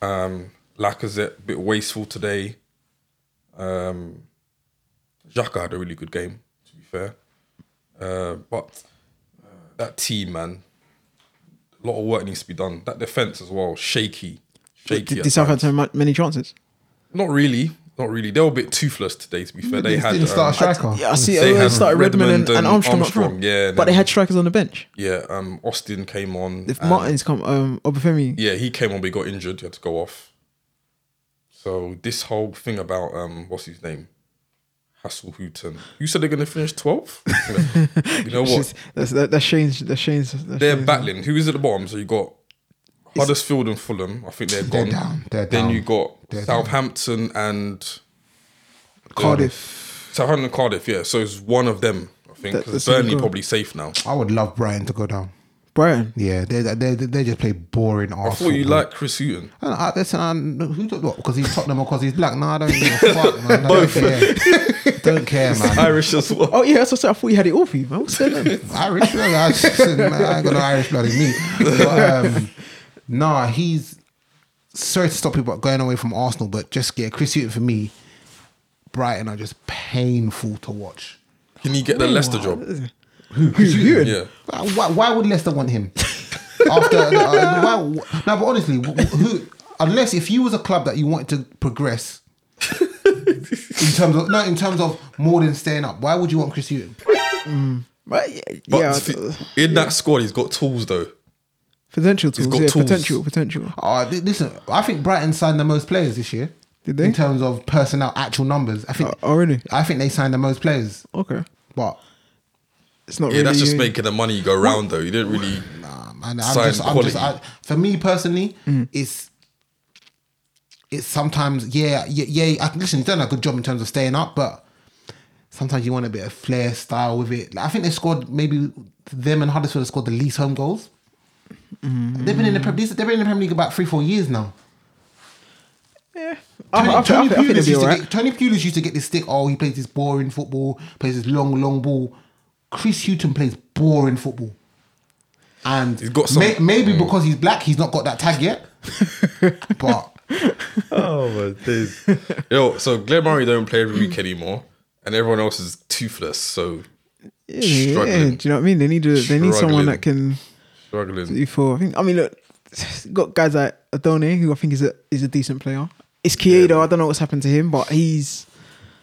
Speaker 3: Um Lacazette a bit wasteful today. Um Xhaka had a really good game, to be fair. Uh, but uh, that team, man, a lot of work needs to be done. That defense as well, shaky,
Speaker 1: Did,
Speaker 3: shaky. at
Speaker 1: did
Speaker 3: times.
Speaker 1: Southampton have many chances?
Speaker 3: Not really, not really. They were a bit toothless today, to be fair. They
Speaker 2: They
Speaker 3: had
Speaker 2: didn't start a
Speaker 3: um,
Speaker 2: striker.
Speaker 1: Yeah, I see.
Speaker 3: They
Speaker 1: They
Speaker 3: had
Speaker 1: started Redmond, and,
Speaker 3: Redmond
Speaker 1: and
Speaker 3: and
Speaker 1: Armstrong, up
Speaker 3: Armstrong,
Speaker 1: front.
Speaker 3: yeah, and
Speaker 1: but they
Speaker 3: then-
Speaker 1: had strikers on the bench.
Speaker 3: yeah. Um, Austin came on.
Speaker 1: If
Speaker 3: and-
Speaker 1: Martin's come, um, Obafemi.
Speaker 3: yeah, he came on, but he got injured. He had to go off. So this whole thing about um, what's his name, Hasselhooten. You said they're going to finish twelfth. you know what?
Speaker 1: Just- That's, that, that's Shane's. That's Shane's. That's
Speaker 3: They're
Speaker 1: Shane's-
Speaker 3: battling. Who is at the bottom? So you got Huddersfield and Fulham. I think they're
Speaker 2: They're
Speaker 3: gone.
Speaker 2: down. They're
Speaker 3: then
Speaker 2: down.
Speaker 3: you got
Speaker 2: They're down.
Speaker 3: Southampton and um,
Speaker 2: Cardiff.
Speaker 3: Southampton and Cardiff. Yeah, so it's one of them. I think
Speaker 1: That-
Speaker 3: 'cause
Speaker 1: that's
Speaker 3: Burnley
Speaker 1: good.
Speaker 3: probably safe now.
Speaker 2: I would love Brighton to go down.
Speaker 1: Brighton.
Speaker 2: Yeah, they they they- they just play boring
Speaker 3: I
Speaker 2: Arsenal.
Speaker 3: thought you liked Chris Hooton.
Speaker 2: And I, listen, I, who do what? Because he's Tottenham or because he's black? No, I don't give a fuck, man. I
Speaker 3: Both.
Speaker 2: Don't care. don't care, man.
Speaker 3: Irish as well.
Speaker 1: Oh yeah, that's what I said. I thought you had it all for you, man. What's going on?
Speaker 2: Irish blood. I, man, I ain't got no Irish blood in me. But, um, nah, he's. Sorry to stop you, but going away from Arsenal, but just yeah, Chris Hughton for me, Brighton are just painful to watch.
Speaker 3: Can he get the Leicester job?
Speaker 1: Who's you?
Speaker 3: Yeah.
Speaker 2: Why, why would Leicester want him? After uh, why, no, but honestly, who, unless if you was a club that you wanted to progress in terms of no, in terms of more than staying up, why would you want Chris Hughton?
Speaker 1: But yeah,
Speaker 3: But
Speaker 1: yeah, uh,
Speaker 3: f- in that squad, he's got tools though.
Speaker 1: potential tools.
Speaker 3: got
Speaker 1: yeah,
Speaker 3: tools.
Speaker 1: potential, potential.
Speaker 2: Oh, th- listen, I think Brighton signed the most players this year.
Speaker 1: Did they?
Speaker 2: In terms of personnel, actual numbers, I think.
Speaker 1: Oh, oh, really?
Speaker 2: I think they signed the most players,
Speaker 1: Oh, Okay,
Speaker 2: but
Speaker 1: it's not
Speaker 3: Yeah,
Speaker 1: really.
Speaker 3: that's just making the money go round though. You didn't really.
Speaker 2: um, and I'm
Speaker 3: Sign
Speaker 2: just, I'm just,
Speaker 3: quality.
Speaker 2: I, for me personally, it's it's sometimes yeah, yeah, yeah. I, listen, he's done a good job in terms of staying up, but sometimes you want a bit of flair style with it. Like, I think they scored maybe them and Huddersfield have scored the least home goals. They've been in the Prem- these- they've been in the Premier League about three four years now.
Speaker 1: I, I, I, think- I think it'll
Speaker 2: Pulis
Speaker 1: be
Speaker 2: used to
Speaker 1: alright.
Speaker 2: get- Tony Pulis used to get this stick. Oh, he plays this boring football. Plays this long, long ball. Chris Hughton plays boring football, and
Speaker 3: He's got some- Mm.
Speaker 2: may- maybe because he's black, he's not got that tag yet. but
Speaker 3: Oh my days. Yo, so Glen Murray don't play every week anymore, and everyone else is toothless. So
Speaker 1: Yeah, yeah,
Speaker 3: struggling.
Speaker 1: do you know what I mean? They need a, they need someone that can
Speaker 3: struggling.
Speaker 1: do for. I think. I mean, look, got guys like Adone, who I think is a is a decent player. It's Kiedo. I don't know what's happened to him, but he's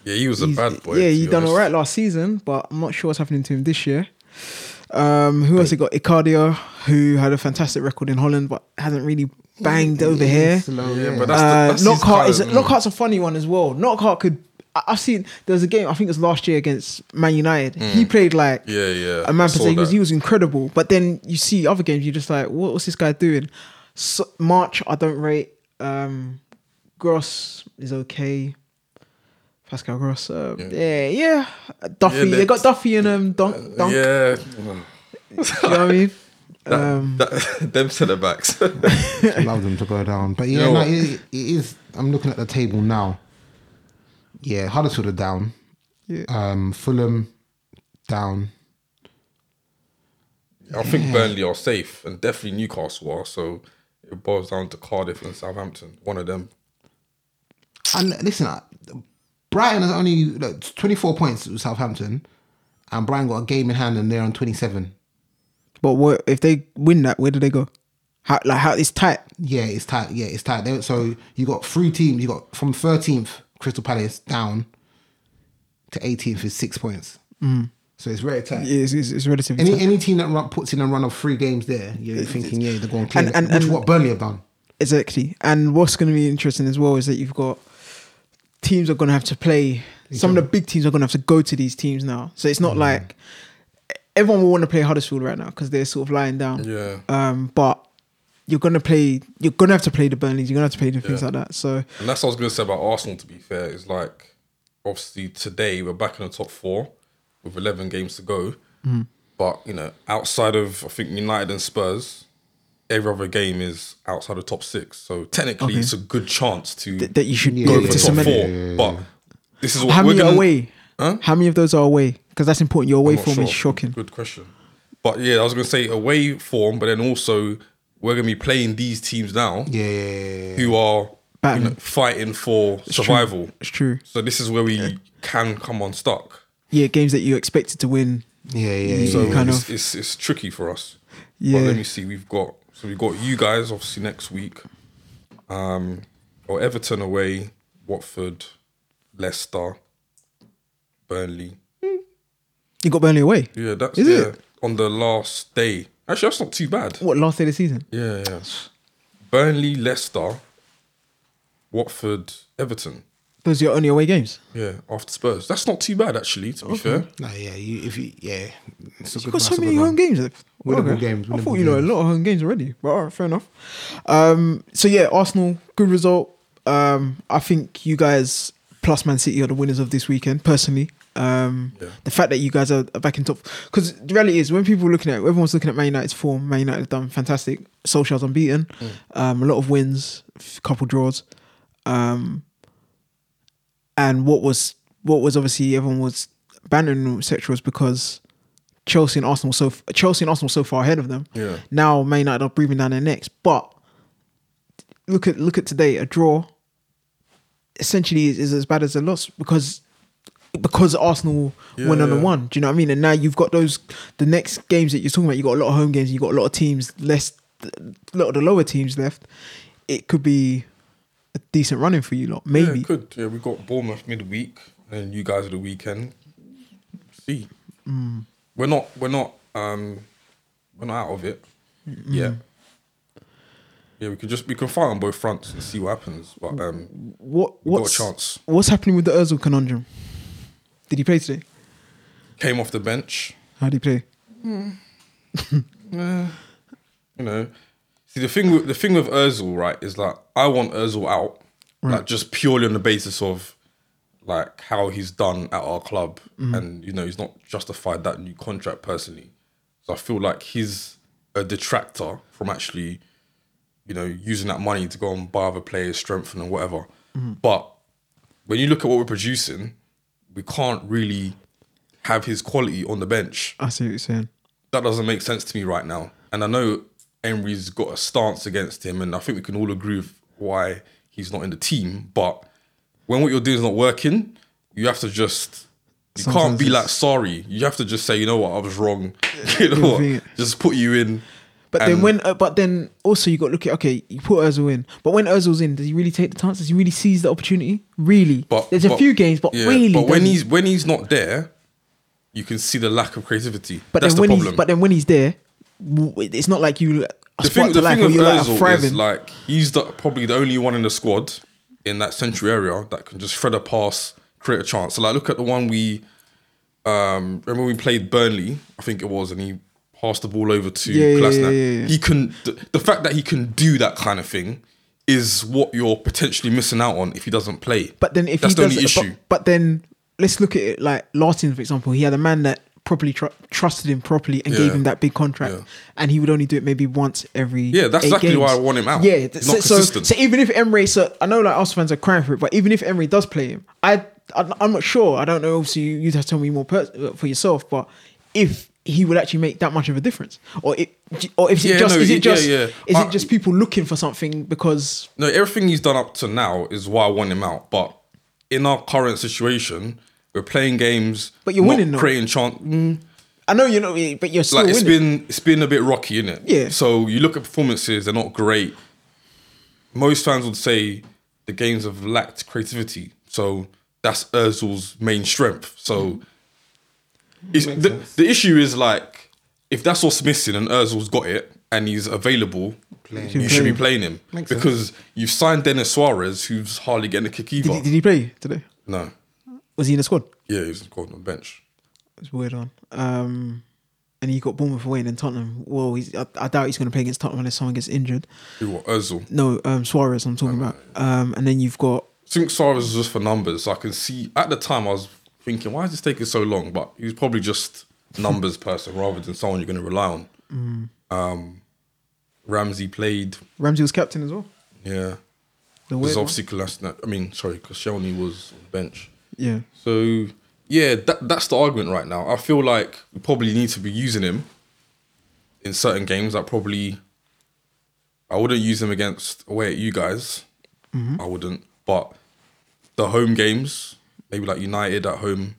Speaker 3: Yeah, he was a
Speaker 1: He's-
Speaker 3: bad boy.
Speaker 1: Yeah,
Speaker 3: to
Speaker 1: he
Speaker 3: be
Speaker 1: done
Speaker 3: honest.
Speaker 1: all right last season, but I'm not sure what's happening to him this year. Um, who else? They got Icardia, who had a fantastic record in Holland, but hasn't really banged over here.
Speaker 2: slow,
Speaker 3: Yeah,
Speaker 2: yeah.
Speaker 3: but that's, the,
Speaker 1: Uh,
Speaker 3: that's his
Speaker 1: Knockhart is
Speaker 3: talent, man.
Speaker 1: Knockhart's a funny one as well. Knockhart could. I- I've seen there was a game I think it was last year against Man United. He played like
Speaker 3: Mm. Yeah, yeah,
Speaker 1: a man
Speaker 3: I saw
Speaker 1: potato. He was,
Speaker 3: that.
Speaker 1: he was incredible. But then you see other games, you're just like, what was this guy doing? So, March I don't rate. Um, Gross is okay. Pascal Gross. Um, yeah. yeah, Duffy.
Speaker 3: Yeah,
Speaker 1: they got
Speaker 3: that's-
Speaker 1: Duffy and um Dunk. Dunk.
Speaker 3: Yeah,
Speaker 1: You know what I mean?
Speaker 3: that,
Speaker 1: Um,
Speaker 3: that, them centre backs.
Speaker 2: love them to go down. But yeah,
Speaker 3: know
Speaker 2: no,
Speaker 3: what?
Speaker 2: it, it is. I'm looking at the table now. Yeah, Huddersfield are down.
Speaker 1: Yeah.
Speaker 2: Um, Fulham down.
Speaker 3: I think Burnley are safe, and definitely Newcastle are. So it boils down to Cardiff and Southampton. One of them.
Speaker 2: And listen, I- Brighton is only look, 24 points with Southampton, and Brighton got a game in hand and they're on 27.
Speaker 1: But what if they win that? Where do they go? How like how it's tight.
Speaker 2: Yeah, it's tight. Yeah, it's tight. They- So you got three teams. You got from 13th Crystal Palace down to 18th is six points.
Speaker 1: Mm.
Speaker 2: So it's very tight.
Speaker 1: It's, it's, it's relatively
Speaker 2: Any
Speaker 1: tight.
Speaker 2: any team that run, puts in a run of three games there, you're thinking, yeah, they're going to clear.
Speaker 1: And-
Speaker 2: And,
Speaker 1: and-
Speaker 2: which
Speaker 1: and-
Speaker 2: what Burnley have done.
Speaker 1: Exactly. And what's going to be interesting as well is that you've got teams are going to have to play. Some of the big teams are going to have to go to these teams now. So it's not
Speaker 3: Mm.
Speaker 1: like everyone will want to play Huddersfield right now because they're sort of lying down.
Speaker 3: Yeah.
Speaker 1: Um, but you're going to play. You're going to have to play the Burnleys. You're going to have to play the things
Speaker 3: Yeah.
Speaker 1: like that. So
Speaker 3: And that's what I was going to say about Arsenal, to be fair, is like, obviously, today we're back in the top four with 11 games to go.
Speaker 1: Hmm.
Speaker 3: But, you know, outside of, I think, United and Spurs, every other game is outside of top six. So technically, it's a good chance to
Speaker 1: th- that you should
Speaker 2: Yeah.
Speaker 1: be
Speaker 3: go
Speaker 1: able
Speaker 3: for
Speaker 1: to
Speaker 3: top
Speaker 1: cement.
Speaker 3: four. But this is what
Speaker 1: How
Speaker 3: we're
Speaker 1: many are
Speaker 3: gonna-
Speaker 1: away? How many of those are away? Because that's important. Your away
Speaker 3: I'm not
Speaker 1: form is
Speaker 3: sure.
Speaker 1: shocking.
Speaker 3: Good question. But yeah, I was going to say away form, but then also we're going to be playing these teams now
Speaker 2: Yeah, yeah, yeah, yeah.
Speaker 3: who are you
Speaker 1: Battling.
Speaker 3: know, fighting for survival.
Speaker 1: It's true.
Speaker 3: So this is where we can come unstuck.
Speaker 1: yeah, games that you expected to win.
Speaker 2: Yeah, yeah, yeah.
Speaker 3: So
Speaker 1: You kind
Speaker 3: it's,
Speaker 1: of-
Speaker 3: it's it's tricky for us.
Speaker 1: Yeah.
Speaker 3: But let me see. We've got so we've got you guys obviously next week. Um, or Everton away, Watford, Leicester, Burnley.
Speaker 1: You got Burnley away.
Speaker 3: Yeah, that's
Speaker 1: Is
Speaker 3: yeah,
Speaker 1: it?
Speaker 3: on the last day. Actually, that's not too bad.
Speaker 1: What last day of the season?
Speaker 3: Yeah, yeah. Burnley, Leicester, Watford, Everton.
Speaker 1: Those are your only away games.
Speaker 3: Yeah, after Spurs. That's not too bad actually. To be fair,
Speaker 2: Nah, yeah, you, if you, yeah, it's a
Speaker 1: You've
Speaker 2: good
Speaker 1: got
Speaker 2: one,
Speaker 1: so
Speaker 2: it's a
Speaker 1: many
Speaker 2: good
Speaker 1: home
Speaker 2: one.
Speaker 1: games. Like,
Speaker 2: Winnable games,
Speaker 1: I thought
Speaker 2: winnable
Speaker 1: you know a
Speaker 2: games.
Speaker 1: lot of home games already, but all right, fair enough. Um, so yeah, Arsenal, good result. Um, I think you guys plus Man City are the winners of this weekend. Personally, um, the fact that you guys are, are back in top because the reality is when people are looking at everyone's looking at Man United's form. Man United have done fantastic. Solskjaer's unbeaten. Um, a lot of wins, a couple draws. Um, and what was what was obviously everyone was bannering etc was because Chelsea and Arsenal so Chelsea and Arsenal were so far ahead of them.
Speaker 3: Yeah.
Speaker 1: Now Man United are breathing down their necks, but look at look at today a draw essentially is, is as bad as a loss because because Arsenal went on a
Speaker 3: Yeah.
Speaker 1: one. Do you know what I mean? And now you've got those the next games that you're talking about. You have got a lot of home games. You have got a lot of teams less, a lot of the lower teams left. It could be a decent running for you lot,
Speaker 3: yeah,
Speaker 1: maybe.
Speaker 3: good. Yeah, we got Bournemouth midweek, and you guys are the weekend. See, we're not we're not um we're not out of it. Yeah, yeah. We can just we can fight on both fronts and see what happens. But um,
Speaker 1: What
Speaker 3: We've got a
Speaker 1: what's
Speaker 3: chance.
Speaker 1: what's happening with the Özil conundrum? Did he play today?
Speaker 3: came off the bench.
Speaker 1: How did he play?
Speaker 3: you know. See the thing with the thing with Özil, right, is like I want Özil out, like just purely on the basis of like how he's done at our club, and you know he's not justified that new contract personally. So I feel like he's a detractor from actually, you know, using that money to go and buy other players, strengthen and whatever. But when you look at what we're producing, we can't really have his quality on the bench
Speaker 1: I see what you're saying.
Speaker 3: that doesn't make sense to me right now. And I know Emery's got a stance against him, and I think we can all agree with why he's not in the team. But when what you're doing is not working, you have to just you can't
Speaker 1: Sometimes
Speaker 3: be
Speaker 1: it's-
Speaker 3: like sorry. You have to just say, you know what, I was wrong. you know
Speaker 1: thing.
Speaker 3: what? Just put you in.
Speaker 1: But then
Speaker 3: And-
Speaker 1: when, uh, but then also you got to look at okay, you put Özil in, but when Özil's in, does he really take the chance? Does he really seize the opportunity? Really?
Speaker 3: But
Speaker 1: there's a
Speaker 3: but-
Speaker 1: few games, but
Speaker 3: yeah,
Speaker 1: really,
Speaker 3: But when
Speaker 1: doesn't-
Speaker 3: he's when he's not there, you can see the lack of creativity.
Speaker 1: but
Speaker 3: That's
Speaker 1: then when
Speaker 3: the
Speaker 1: he's
Speaker 3: problem.
Speaker 1: but then when he's there, w- it's not like you
Speaker 3: the thing,
Speaker 1: spark
Speaker 3: the
Speaker 1: to life
Speaker 3: thing
Speaker 1: or
Speaker 3: with
Speaker 1: you're like
Speaker 3: Özil
Speaker 1: thriving.
Speaker 3: is like he's the, probably the only one in the squad in that central area that can just thread a pass, create a chance. So like, look at the one we um, remember we played Burnley, I think it was, and he passed the ball over to
Speaker 1: Yeah, yeah,
Speaker 3: Kolasinac.
Speaker 1: yeah, yeah, yeah.
Speaker 3: He can the, the fact that he can do that kind of thing is what you're potentially missing out on if he doesn't play.
Speaker 1: But then if
Speaker 3: that's
Speaker 1: he
Speaker 3: the
Speaker 1: does,
Speaker 3: only issue.
Speaker 1: But, but then let's look at it like Lartin, for example. He had a man that properly tr- trusted him properly and gave
Speaker 3: Yeah.
Speaker 1: him that big contract,
Speaker 3: Yeah.
Speaker 1: and he would only do it maybe once every.
Speaker 3: Yeah, that's
Speaker 1: eight
Speaker 3: exactly why I
Speaker 1: games.
Speaker 3: want him out.
Speaker 1: Yeah,
Speaker 3: He's
Speaker 1: th-
Speaker 3: not
Speaker 1: so, so,
Speaker 3: consistent.
Speaker 1: so even if Emery, so I know like Arsenal fans are crying for it, but even if Emery does play him, I, I I'm not sure. I don't know. Obviously, you- you'd have to tell me more pers- for yourself, but if. He would actually make that much of a difference, or it, or is it
Speaker 3: Yeah,
Speaker 1: just
Speaker 3: no,
Speaker 1: is
Speaker 3: yeah,
Speaker 1: it just
Speaker 3: yeah.
Speaker 1: is
Speaker 3: I-
Speaker 1: it just people looking for something because
Speaker 3: No, everything he's done up to now is why I want him out. But in our current situation, we're playing games,
Speaker 1: But you're
Speaker 3: not
Speaker 1: winning, though.
Speaker 3: creating chance.
Speaker 1: I know you're not, but you're still
Speaker 3: like it's
Speaker 1: winning.
Speaker 3: been it's been a bit rocky, isn't it?
Speaker 1: Yeah.
Speaker 3: So you look at performances; they're not great. Most fans would say the games have lacked creativity, so that's Özil's main strength. So
Speaker 1: Mm-hmm.
Speaker 3: it's, the, the issue is like if that's what's missing, and Özil's got it, and he's available. You should be playing him
Speaker 2: Makes sense.
Speaker 3: because you've signed Dennis Suarez, who's hardly getting a kick either.
Speaker 1: Did he, did he play today?
Speaker 3: no,
Speaker 1: Was he in the squad?
Speaker 3: yeah, he's called on the bench.
Speaker 1: It's weird on. Um, and he got Bournemouth away and then Tottenham. Well, he's, I, I doubt he's going to play against Tottenham unless someone gets injured.
Speaker 3: Who what Özil?
Speaker 1: No, um, Suarez. I'm talking about. Um, and then you've got
Speaker 3: think Suarez was just for numbers. So I can see at the time I was thinking, why is this taking so long? But he was probably just numbers person rather than someone you're going to rely on. Um, Ramsey played.
Speaker 1: Ramsey was captain as well.
Speaker 3: Yeah,
Speaker 1: The weird
Speaker 3: there's
Speaker 1: one.
Speaker 3: obviously Kolasinac. I mean, sorry, Koscielny was on the bench.
Speaker 1: yeah.
Speaker 3: So yeah, that, that's the argument right now. I feel like we probably need to be using him in certain games. That probably I wouldn't use him against away at you guys. I wouldn't, but the home games maybe like United at home,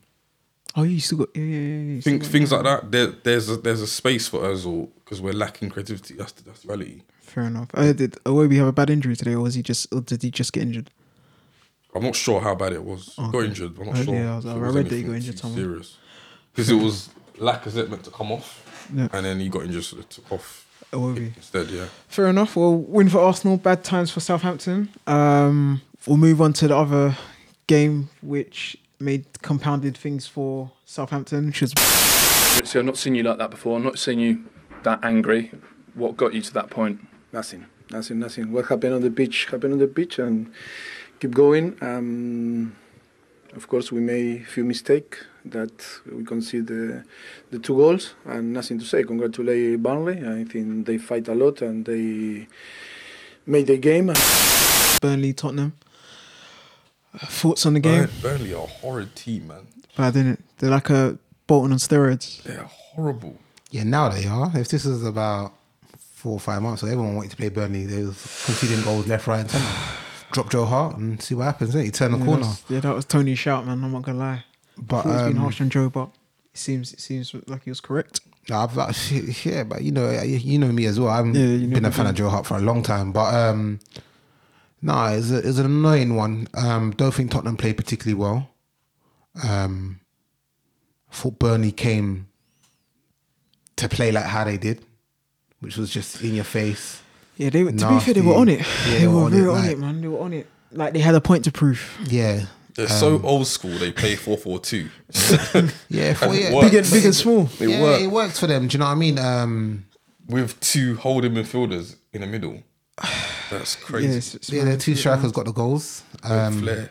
Speaker 1: Oh, you still got yeah, yeah, yeah. yeah, you still
Speaker 3: Think,
Speaker 1: got-
Speaker 3: things like that. There, there's a, there's a space for Özil because we're lacking creativity. That's the, that's the reality.
Speaker 1: Fair enough. Uh, did Awobi have a bad injury today, or was he just? Or did he just get injured?
Speaker 3: I'm not sure how bad it was. Got injured. I'm not
Speaker 1: Oh,
Speaker 3: sure.
Speaker 1: yeah, I was-
Speaker 3: if
Speaker 1: I
Speaker 3: it was
Speaker 1: read that he got
Speaker 3: anything
Speaker 1: injured
Speaker 3: too
Speaker 1: somewhere.
Speaker 3: Serious, because it was Lacazette meant to come off,
Speaker 1: Yeah.
Speaker 3: and then he got injured, so they took off
Speaker 1: Awobi.
Speaker 3: instead. Yeah,
Speaker 1: Fair enough. Well, win for Arsenal, bad times for Southampton. Um, we'll move on to the other game, which made compounded things for Southampton, which was
Speaker 6: See, I've not seen you like that before. I've not seen you that angry. What got you to that point?
Speaker 7: Nothing, nothing, nothing. What happened on the beach happened on the beach, and keep going. Um, of course, we made few mistake that we concede the, the two goals, and nothing to say. Congratulate Burnley. I think they fight a lot and they made the game.
Speaker 1: Burnley, Tottenham. Uh, Thoughts on the game?
Speaker 3: Burn, Burnley are a horrid team, man.
Speaker 1: Bad, didn't it? They're like a Bolton on steroids.
Speaker 3: They're horrible.
Speaker 2: Yeah, now they are. If this was about four or five months, so everyone wanted to play Burnley. They was conceding goals left, right, and centre. Drop Joe Hart and see what happens. Eh? You turn the
Speaker 1: Yeah,
Speaker 2: corner.
Speaker 1: that's- yeah, that was Tony's shout, man. I'm not gonna lie.
Speaker 2: But,
Speaker 1: I thought he's been
Speaker 2: um,
Speaker 1: harsh on Joe, but it seems it seems like he was correct.
Speaker 2: Nah, I've, I, yeah, but you know, you you know me as well. I've not
Speaker 1: Yeah, you know
Speaker 2: been a
Speaker 1: me
Speaker 2: fan
Speaker 1: too.
Speaker 2: of Joe Hart for a long time, but um, no, it's, a, it's an annoying one. Um, don't think Tottenham played particularly well. Um, I thought Burnley came to play like how they did, which was just in your face.
Speaker 1: Yeah, they were, to be fair, they were on
Speaker 2: Nasty.
Speaker 1: it.
Speaker 2: Yeah,
Speaker 1: they,
Speaker 2: they were
Speaker 1: were
Speaker 2: on
Speaker 1: really
Speaker 2: it,
Speaker 1: on
Speaker 2: like-
Speaker 1: it, man. They were on it. Like they had a point to prove.
Speaker 2: Yeah,
Speaker 3: They're so
Speaker 1: Um,
Speaker 3: old school. They play four four two.
Speaker 2: yeah, for,
Speaker 3: it
Speaker 2: yeah.
Speaker 3: worked.
Speaker 1: Big and big and small.
Speaker 3: It
Speaker 2: yeah,
Speaker 3: worked
Speaker 2: it works for them. Do you know what I mean? Um,
Speaker 3: with two holding midfielders in the middle. That's crazy.
Speaker 1: Yeah, it's- it's
Speaker 2: yeah, the
Speaker 1: mad.
Speaker 2: two strikers got the goals.
Speaker 3: No
Speaker 2: Um,
Speaker 3: flair.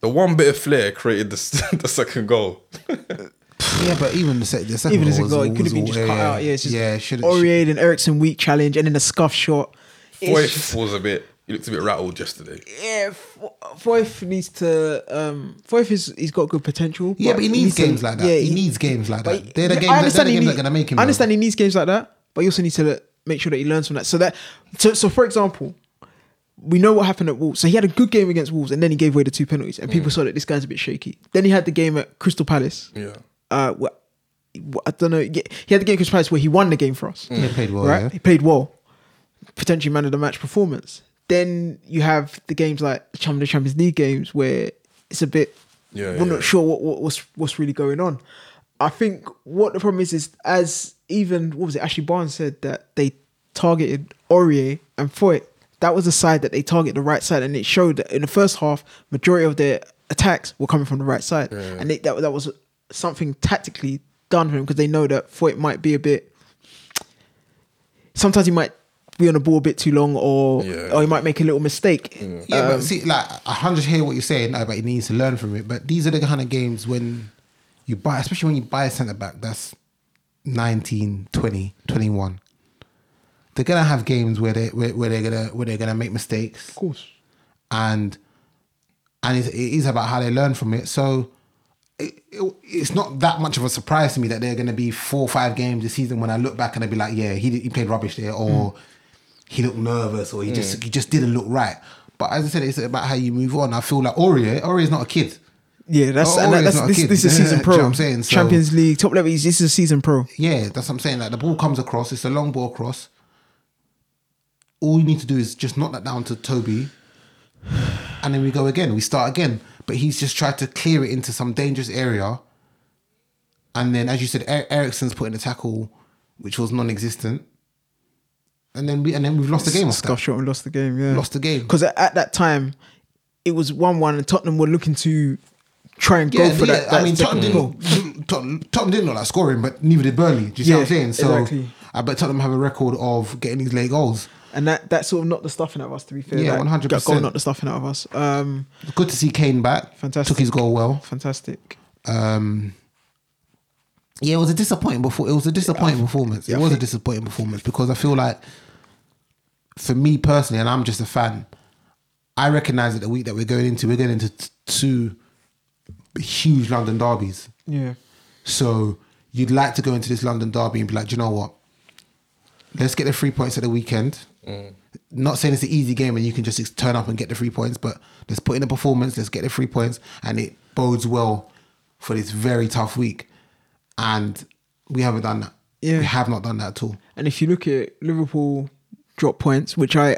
Speaker 3: The one bit of flair created the, s- the second goal.
Speaker 2: yeah, but even the, se- the second
Speaker 1: Even
Speaker 2: goal
Speaker 1: as a
Speaker 2: was-
Speaker 1: goal, it
Speaker 2: was
Speaker 1: could have been
Speaker 2: all-
Speaker 1: just cut out. Yeah, it's just
Speaker 2: yeah,
Speaker 1: yeah,
Speaker 2: it should
Speaker 1: Aurier and Ericsson weak challenge, and then a scuff shot. It's
Speaker 3: Foyth
Speaker 1: just-
Speaker 3: was a bit. He looked a bit rattled yesterday.
Speaker 1: yeah, Fo- Foyth needs to. Um, Foyth is he's got good potential.
Speaker 2: Yeah, but he needs
Speaker 1: to-
Speaker 2: games like that. he, needs games like
Speaker 1: but
Speaker 2: that. They're the
Speaker 1: yeah,
Speaker 2: games, that- they're the
Speaker 1: he
Speaker 2: games
Speaker 1: need-
Speaker 2: that are going to make him.
Speaker 1: I
Speaker 2: though.
Speaker 1: understand he needs games like that, but you also need to make sure that he learns from that. So that, so, so for example, we know what happened at Wolves. So he had a good game against Wolves, and then he gave away the two penalties, and people saw that this guy's a bit shaky. Then he had the game at Crystal Palace.
Speaker 3: Yeah.
Speaker 1: Uh, wh- wh- I don't know. yeah, He had the game at Crystal Palace where he won the game for us
Speaker 2: He played well,
Speaker 1: right?
Speaker 2: yeah.
Speaker 1: He played well, potentially man of the match performance. Then you have the games like the Champions- the Champions League games where it's a bit,
Speaker 3: Yeah,
Speaker 1: we're
Speaker 3: yeah.
Speaker 1: not sure what, what what's what's really going on. I think what the problem is is as even what was it? Ashley Barnes said that they targeted Aurier and Foyt. That was the side that they target the right side, and it showed that in the first half, majority of their attacks were coming from the right side, and they, that that was something tactically done for him because they know that Foyt might be a bit sometimes he might be on the ball a bit too long or
Speaker 3: Yeah.
Speaker 1: or he might make a little mistake.
Speaker 2: Yeah, but see, like I hundred hear what you're saying, like, but he needs to learn from it. But these are the kind of games when you buy, especially when you buy a centre back that's 19, 20, 21. They're gonna have games where they where, where they're gonna where they're gonna make mistakes.
Speaker 1: course.
Speaker 2: and and it's, it is about how they learn from it. So it, it, it's not that much of a surprise to me that they're going to be four or five games this season when I look back and I'll be like, yeah, he, did- he played rubbish there, or he looked nervous, or he just he just didn't look right. But as I said, it's about how you move on. I feel like Aurier, Aurier's not a kid.
Speaker 1: Yeah, that's
Speaker 2: Oh,
Speaker 1: and
Speaker 2: Ori's
Speaker 1: that, that's
Speaker 2: not a
Speaker 1: this,
Speaker 2: kid.
Speaker 1: this is season
Speaker 2: Do you
Speaker 1: pro.
Speaker 2: know what I'm saying? So-
Speaker 1: Champions League top level. This is a season pro.
Speaker 2: Yeah, that's what I'm saying. Like the ball comes across, it's a long ball across. All you need to do is just knock that down to Toby, and then we go again. We start again. But he's just tried to clear it into some dangerous area, and then, as you said, er- Ericsson's put in a tackle, which was non-existent, and then we and then we've lost the game. Off
Speaker 1: Scuff
Speaker 2: that.
Speaker 1: shot and lost the game. Yeah,
Speaker 2: Lost the game.
Speaker 1: because at, at that time it was one one and Tottenham were looking to try and
Speaker 2: Yeah,
Speaker 1: go for
Speaker 2: yeah,
Speaker 1: that, that.
Speaker 2: I mean, Tottenham
Speaker 1: second goal.
Speaker 2: didn't, mm, Tottenham, Tottenham didn't look like scoring, but neither did Burnley. Do you see what I'm
Speaker 1: Yeah,
Speaker 2: saying? So,
Speaker 1: exactly.
Speaker 2: I bet Tottenham have a record of getting these late goals.
Speaker 1: and that that sort of knocked the stuffing out of us. To be fair,
Speaker 2: Yeah,
Speaker 1: Like,
Speaker 2: 100%.
Speaker 1: Goal knocked the stuffing out of us. Um,
Speaker 2: Good to see Kane back.
Speaker 1: Fantastic.
Speaker 2: Took his goal well.
Speaker 1: fantastic.
Speaker 2: Um, yeah, it was a disappointing before. It was a disappointing performance.
Speaker 1: yeah,
Speaker 2: it
Speaker 1: I
Speaker 2: was a
Speaker 1: think-
Speaker 2: disappointing performance because I feel like, for me personally, and I'm just a fan, I recognise that the week that we're going into, we're going into t- two huge London derbies.
Speaker 1: Yeah,
Speaker 2: So you'd like to go into this London derby and be like, do you know what? Let's get the three points at the weekend. Not saying it's an easy game and you can just ex- turn up and get the three points, but let's put in a performance, let's get the three points, and it bodes well for this very tough week. And we haven't done that.
Speaker 1: Yeah.
Speaker 2: We have not done that at all.
Speaker 1: And if you look at Liverpool drop points, which I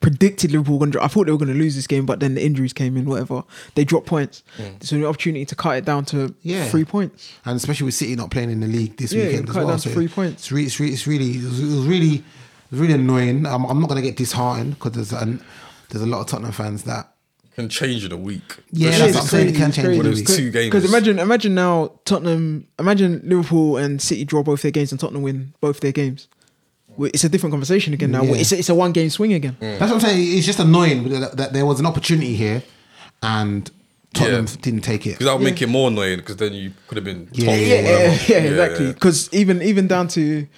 Speaker 1: predicted Liverpool were going to, I thought they were going to lose this game, but then the injuries came in, whatever. They dropped points. It's an opportunity to cut it down to
Speaker 2: Mm. Yeah.
Speaker 1: three points.
Speaker 2: and especially with City not playing in the league this
Speaker 1: Yeah,
Speaker 2: weekend
Speaker 1: cut
Speaker 2: as
Speaker 1: it
Speaker 2: well.
Speaker 1: down to
Speaker 2: so
Speaker 1: three points.
Speaker 2: It's, re- it's, re- it's really, it was, it was really, it was really annoying. I'm, I'm not going to get disheartened because there's an, there's a lot of Tottenham fans that
Speaker 3: Can change in a week.
Speaker 2: Yeah,
Speaker 3: Especially
Speaker 2: that's
Speaker 3: this
Speaker 2: what I'm saying.
Speaker 3: week
Speaker 2: It can change in
Speaker 3: When
Speaker 2: a
Speaker 3: it's
Speaker 2: week.
Speaker 3: two games.
Speaker 1: Because imagine, imagine now Tottenham, imagine Liverpool and City draw both their games and Tottenham win both their games. Well, It's a different conversation again now.
Speaker 2: Yeah.
Speaker 1: It's a, it's a one game swing again.
Speaker 2: That's what I'm saying. It's just annoying that, that there was an opportunity here, and Tottenham
Speaker 3: Yeah.
Speaker 2: didn't take it.
Speaker 3: Because that would make it more annoying because then you could have been
Speaker 2: Yeah,
Speaker 3: top or
Speaker 2: yeah,
Speaker 1: yeah,
Speaker 3: whatever.
Speaker 1: yeah, yeah, exactly. Because even even down to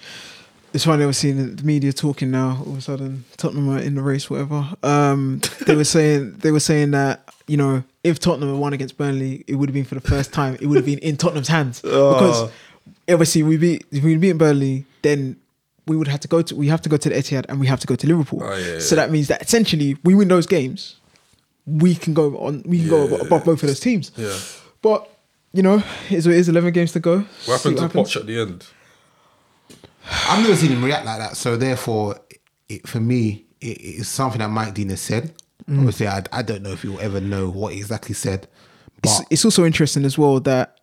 Speaker 1: it's funny. I was seeing the media talking now. All of a sudden, Tottenham are in the race. Whatever. Um, they were saying they were saying that you know if Tottenham had won against Burnley, it would have been for the first time. It would have been in Tottenham's hands
Speaker 3: Oh.
Speaker 1: because obviously we beat if we beat Burnley, then we would have to go to we have to go to the Etihad and we have to go to Liverpool.
Speaker 3: Oh, yeah,
Speaker 1: so
Speaker 3: yeah.
Speaker 1: that means that essentially we win those games, we can go on. We can go
Speaker 3: Yeah.
Speaker 1: above, above both of those teams.
Speaker 3: Yeah.
Speaker 1: But you know, it's, it's eleven games to go. See
Speaker 3: What happened to
Speaker 1: happens.
Speaker 3: Poch at the end?
Speaker 2: I've never seen him react like that. So therefore, it, for me, it, it's something that Mike Dean has said. Obviously, I, I don't know if you'll ever know what he exactly said, but
Speaker 1: It's, it's also interesting as well that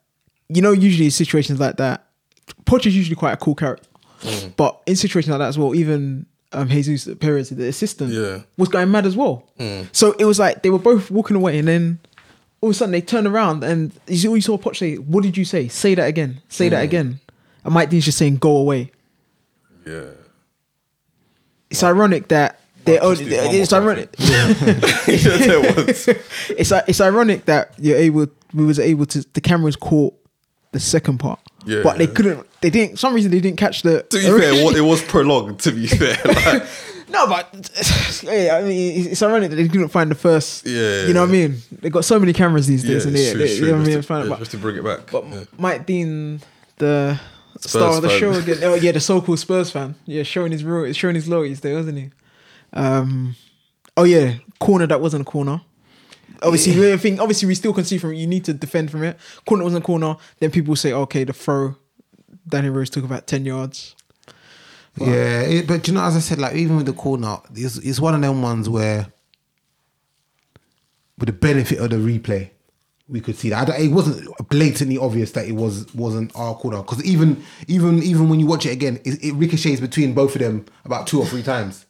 Speaker 1: you know usually in situations like that, Poch is usually quite a cool character,
Speaker 3: Mm.
Speaker 1: but in situations like that as well, even um, Jesus Perez, the assistant,
Speaker 3: Yeah. Mm.
Speaker 1: was going mad as well. So it was like they were both walking away, and then all of a sudden they turn around and you saw, you saw Poch say, "What did you say? Say that again. Say
Speaker 3: Mm.
Speaker 1: that again." And Mike Dean's just saying, "Go away."
Speaker 3: Yeah.
Speaker 1: It's ironic that. They're
Speaker 3: Well, just
Speaker 1: only,
Speaker 3: do one more
Speaker 1: it's ironic.
Speaker 3: Because
Speaker 1: it's uh, it's ironic that you're able we was able to the cameras caught the second part.
Speaker 3: Yeah.
Speaker 1: But they couldn't they didn't for some reason they didn't catch the
Speaker 3: to be fair, what- it was prolonged. To be fair, like,
Speaker 1: No but yeah, I mean it's- it's ironic that they couldn't find the first
Speaker 3: Yeah.
Speaker 1: You know what I mean? They got so many cameras these
Speaker 3: yeah,
Speaker 1: days and they,
Speaker 3: true,
Speaker 1: they-
Speaker 3: true,
Speaker 1: you know what I mean?
Speaker 3: just, to,
Speaker 1: Find it,
Speaker 3: yeah,
Speaker 1: but-
Speaker 3: just to bring it back.
Speaker 1: but
Speaker 3: yeah.
Speaker 1: Mike Dean the star of the
Speaker 3: fan.
Speaker 1: show again. Oh yeah, the so-called Spurs fan. Yeah, showing his real, showing his loyalties there, wasn't he? Um, oh yeah, corner that wasn't a corner. Obviously, the thing. Obviously, we still can see from it. You need to defend from it. Corner wasn't a corner. Then people say, okay, the throw. Danny Rose took about ten yards.
Speaker 2: Yeah, it, but you know, as I said, like even with the corner, it's, it's one of them ones where, with the benefit of the replay, we could see that I don't- it wasn't blatantly obvious that it was wasn't our corner because even even even when you watch it again, it, it ricochets between both of them about two or three times.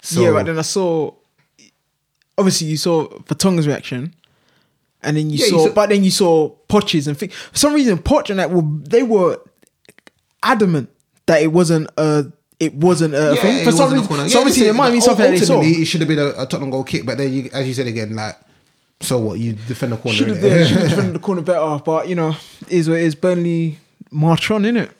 Speaker 2: So
Speaker 1: yeah, but then I saw. Obviously, you saw Fatonga's reaction, and then you,
Speaker 2: Yeah, you
Speaker 1: saw,
Speaker 2: saw-
Speaker 1: But then you saw Poch's and fi- for some reason Poch and that were they were adamant that it wasn't a it wasn't a
Speaker 2: Yeah,
Speaker 1: thing. For
Speaker 2: it
Speaker 1: some
Speaker 2: wasn't a
Speaker 1: reason,
Speaker 2: corner.
Speaker 1: so
Speaker 2: Yeah,
Speaker 1: obviously it
Speaker 2: listen,
Speaker 1: might be
Speaker 2: ul-
Speaker 1: something that they saw.
Speaker 2: ultimately, It should have been a, a Tottenham goal kick, but then you, as you said again, like so what? You defend the corner.
Speaker 1: Should have
Speaker 2: innit?
Speaker 1: yeah, should have defended the corner better, but you know, it is what it is. Burnley march on, innit?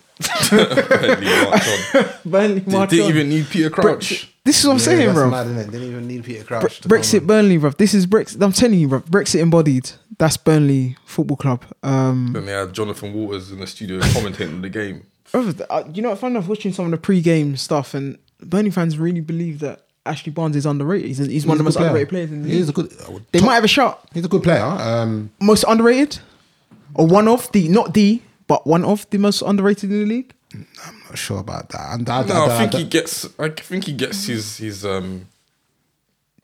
Speaker 3: Apparently, March on.
Speaker 1: Burnley
Speaker 3: They
Speaker 1: march
Speaker 3: didn't
Speaker 1: on.
Speaker 3: even need Peter Crouch.
Speaker 1: this is what I'm
Speaker 2: Yeah,
Speaker 1: saying,
Speaker 2: that's
Speaker 1: bro.
Speaker 2: Mad, innit? Didn't even need Peter Crouch.
Speaker 1: Bre-
Speaker 2: to come on.
Speaker 1: Brexit Burnley, bruv. This is Brexit. I'm telling you, bruv. Brexit embodied. That's Burnley Football Club. Um,
Speaker 3: Then they had Jonathan Waters in the studio commentating on the game.
Speaker 1: Brother, th- uh, you know, I found enough watching some of the pre-game stuff, and Burnley fans really believe that Ashley Barnes is underrated. He's, he's, one of the most
Speaker 2: He's a good
Speaker 1: underrated
Speaker 2: player.
Speaker 1: players in the
Speaker 2: He is
Speaker 1: league.
Speaker 2: a good. I would
Speaker 1: They
Speaker 2: top-
Speaker 1: might have a shot.
Speaker 2: He's a good player. Um,
Speaker 1: Most underrated, or one of the not the, but one of the most underrated in the league.
Speaker 2: I'm not sure about that. And I,
Speaker 3: No, I think he gets. I think he gets his his um.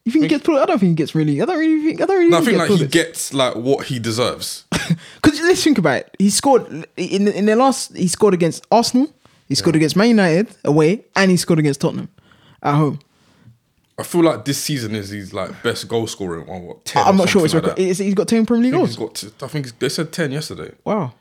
Speaker 1: You think he gets? pulled? I don't think he gets really. I don't really think. I don't really.
Speaker 3: No, I think
Speaker 1: think
Speaker 3: like he gets like what he deserves.
Speaker 1: Because let's think about it. He scored in in their last. He scored against Arsenal. He scored against Man United away, and he scored against Tottenham at home.
Speaker 3: I feel like this season is his like best goal scorer in one what ten.
Speaker 1: I'm not sure. It's
Speaker 3: Like
Speaker 1: record.
Speaker 3: that.
Speaker 1: Is, he's got ten Premier League
Speaker 3: I think he's
Speaker 1: goals.
Speaker 3: got. t- I think he's- they said ten yesterday,
Speaker 1: Wow.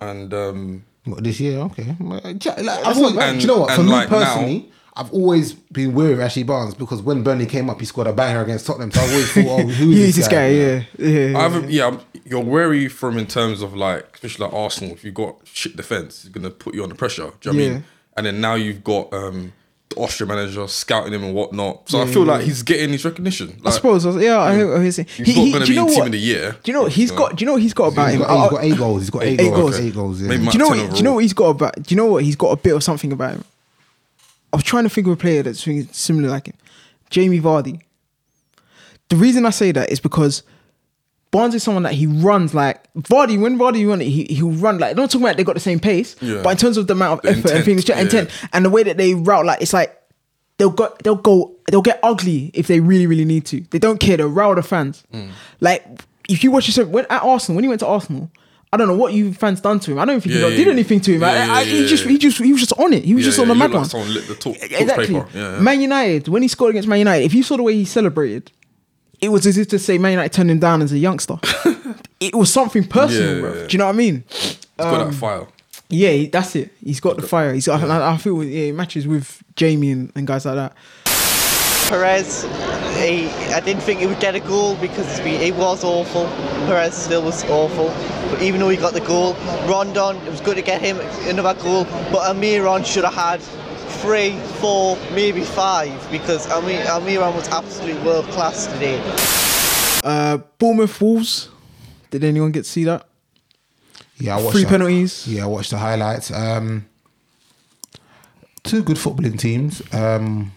Speaker 3: and um,
Speaker 2: What, this year, okay. uh, Like,
Speaker 3: not
Speaker 2: I've always,
Speaker 3: bad.
Speaker 2: do you know what? For
Speaker 3: And
Speaker 2: me
Speaker 3: like
Speaker 2: personally,
Speaker 3: now-
Speaker 2: I've always been wary of Ashley Barnes because when Burnley came up, he scored a banger against Tottenham. So I always thought, oh, who
Speaker 1: Yeah,
Speaker 2: is
Speaker 1: he's this guy. Yeah, yeah.
Speaker 3: I haven't. Yeah, I'm- you're wary from in terms of like, especially like Arsenal. If you got shit defense, it's gonna put you under pressure. Do you know what I
Speaker 1: Yeah.
Speaker 3: mean? And then now you've got um, the Austrian manager scouting him and whatnot. So I feel like he's getting his recognition. Like,
Speaker 1: I suppose. I was- Yeah, I hear what you're saying.
Speaker 3: Mm. He's not gonna
Speaker 1: do you
Speaker 3: be
Speaker 1: know
Speaker 3: team
Speaker 1: what-
Speaker 3: of the year.
Speaker 1: Do you know what he's
Speaker 3: So-
Speaker 1: got? Do you know what he's got about
Speaker 2: He's
Speaker 1: him?
Speaker 2: got, eight, he's
Speaker 1: I-
Speaker 2: got eight goals. He's got eight,
Speaker 1: Eight
Speaker 2: goals.
Speaker 1: goals.
Speaker 2: Eight goals. Yeah.
Speaker 3: Maybe
Speaker 1: do you know?
Speaker 3: Ten
Speaker 1: what- Do you know
Speaker 3: overall.
Speaker 1: what he's got about? Do you know what he's got about? Do you know what he's got about him? I was trying to think of a player that's really similar like him. Jamie Vardy. The reason I say that is because Barnes is someone that he runs like Vardy. When Vardy runs, he he'll run like. Not talking about they got the same pace,
Speaker 3: Yeah.
Speaker 1: but in terms of the amount of
Speaker 3: The
Speaker 1: effort and
Speaker 3: intent,
Speaker 1: things,
Speaker 3: yeah.
Speaker 1: intent, and the way that they route, like it's like they'll go, they'll go, they'll get ugly if they really, really need to. They don't care. They'll rile the fans.
Speaker 3: Mm.
Speaker 1: Like if you watch yourself when at Arsenal, when he went to Arsenal. I don't know what you fans done to him. I don't think
Speaker 3: Yeah,
Speaker 1: he got-
Speaker 3: yeah,
Speaker 1: did
Speaker 3: yeah.
Speaker 1: anything to him.
Speaker 3: Yeah,
Speaker 1: I-
Speaker 3: yeah,
Speaker 1: I-
Speaker 3: yeah,
Speaker 1: he just,
Speaker 3: yeah.
Speaker 1: he just, he was just on it. He was
Speaker 3: Yeah,
Speaker 1: just
Speaker 3: yeah,
Speaker 1: on the
Speaker 3: you
Speaker 1: mad
Speaker 3: look like
Speaker 1: one.
Speaker 3: someone lit the talk-
Speaker 1: Yeah, exactly.
Speaker 3: talk paper. Yeah, yeah.
Speaker 1: Man United, when he scored against Man United, if you saw the way he celebrated, it was as if to say Man United turned him down as a youngster. it was something personal,
Speaker 3: Yeah,
Speaker 1: bro.
Speaker 3: yeah.
Speaker 1: Do you know what I mean?
Speaker 3: It's
Speaker 1: Um,
Speaker 3: got that file.
Speaker 1: Yeah, he- that's it. He's got the fire. He's. I, I- I feel yeah, he matches with Jamie and, and guys like that.
Speaker 8: Perez, he, I didn't think he would get a goal because we, it was awful. Perez still was awful. But even though he got the goal, Rondon, it was good to get him another goal. But Amiron should have had three, four, maybe five because Amir, Amiron was absolutely world class today.
Speaker 1: Uh, Bournemouth Wolves. Did anyone get to see that?
Speaker 2: Yeah, I watched
Speaker 1: Three
Speaker 2: that.
Speaker 1: penalties.
Speaker 2: Yeah, I watched the highlights. Um, two good footballing teams. Um,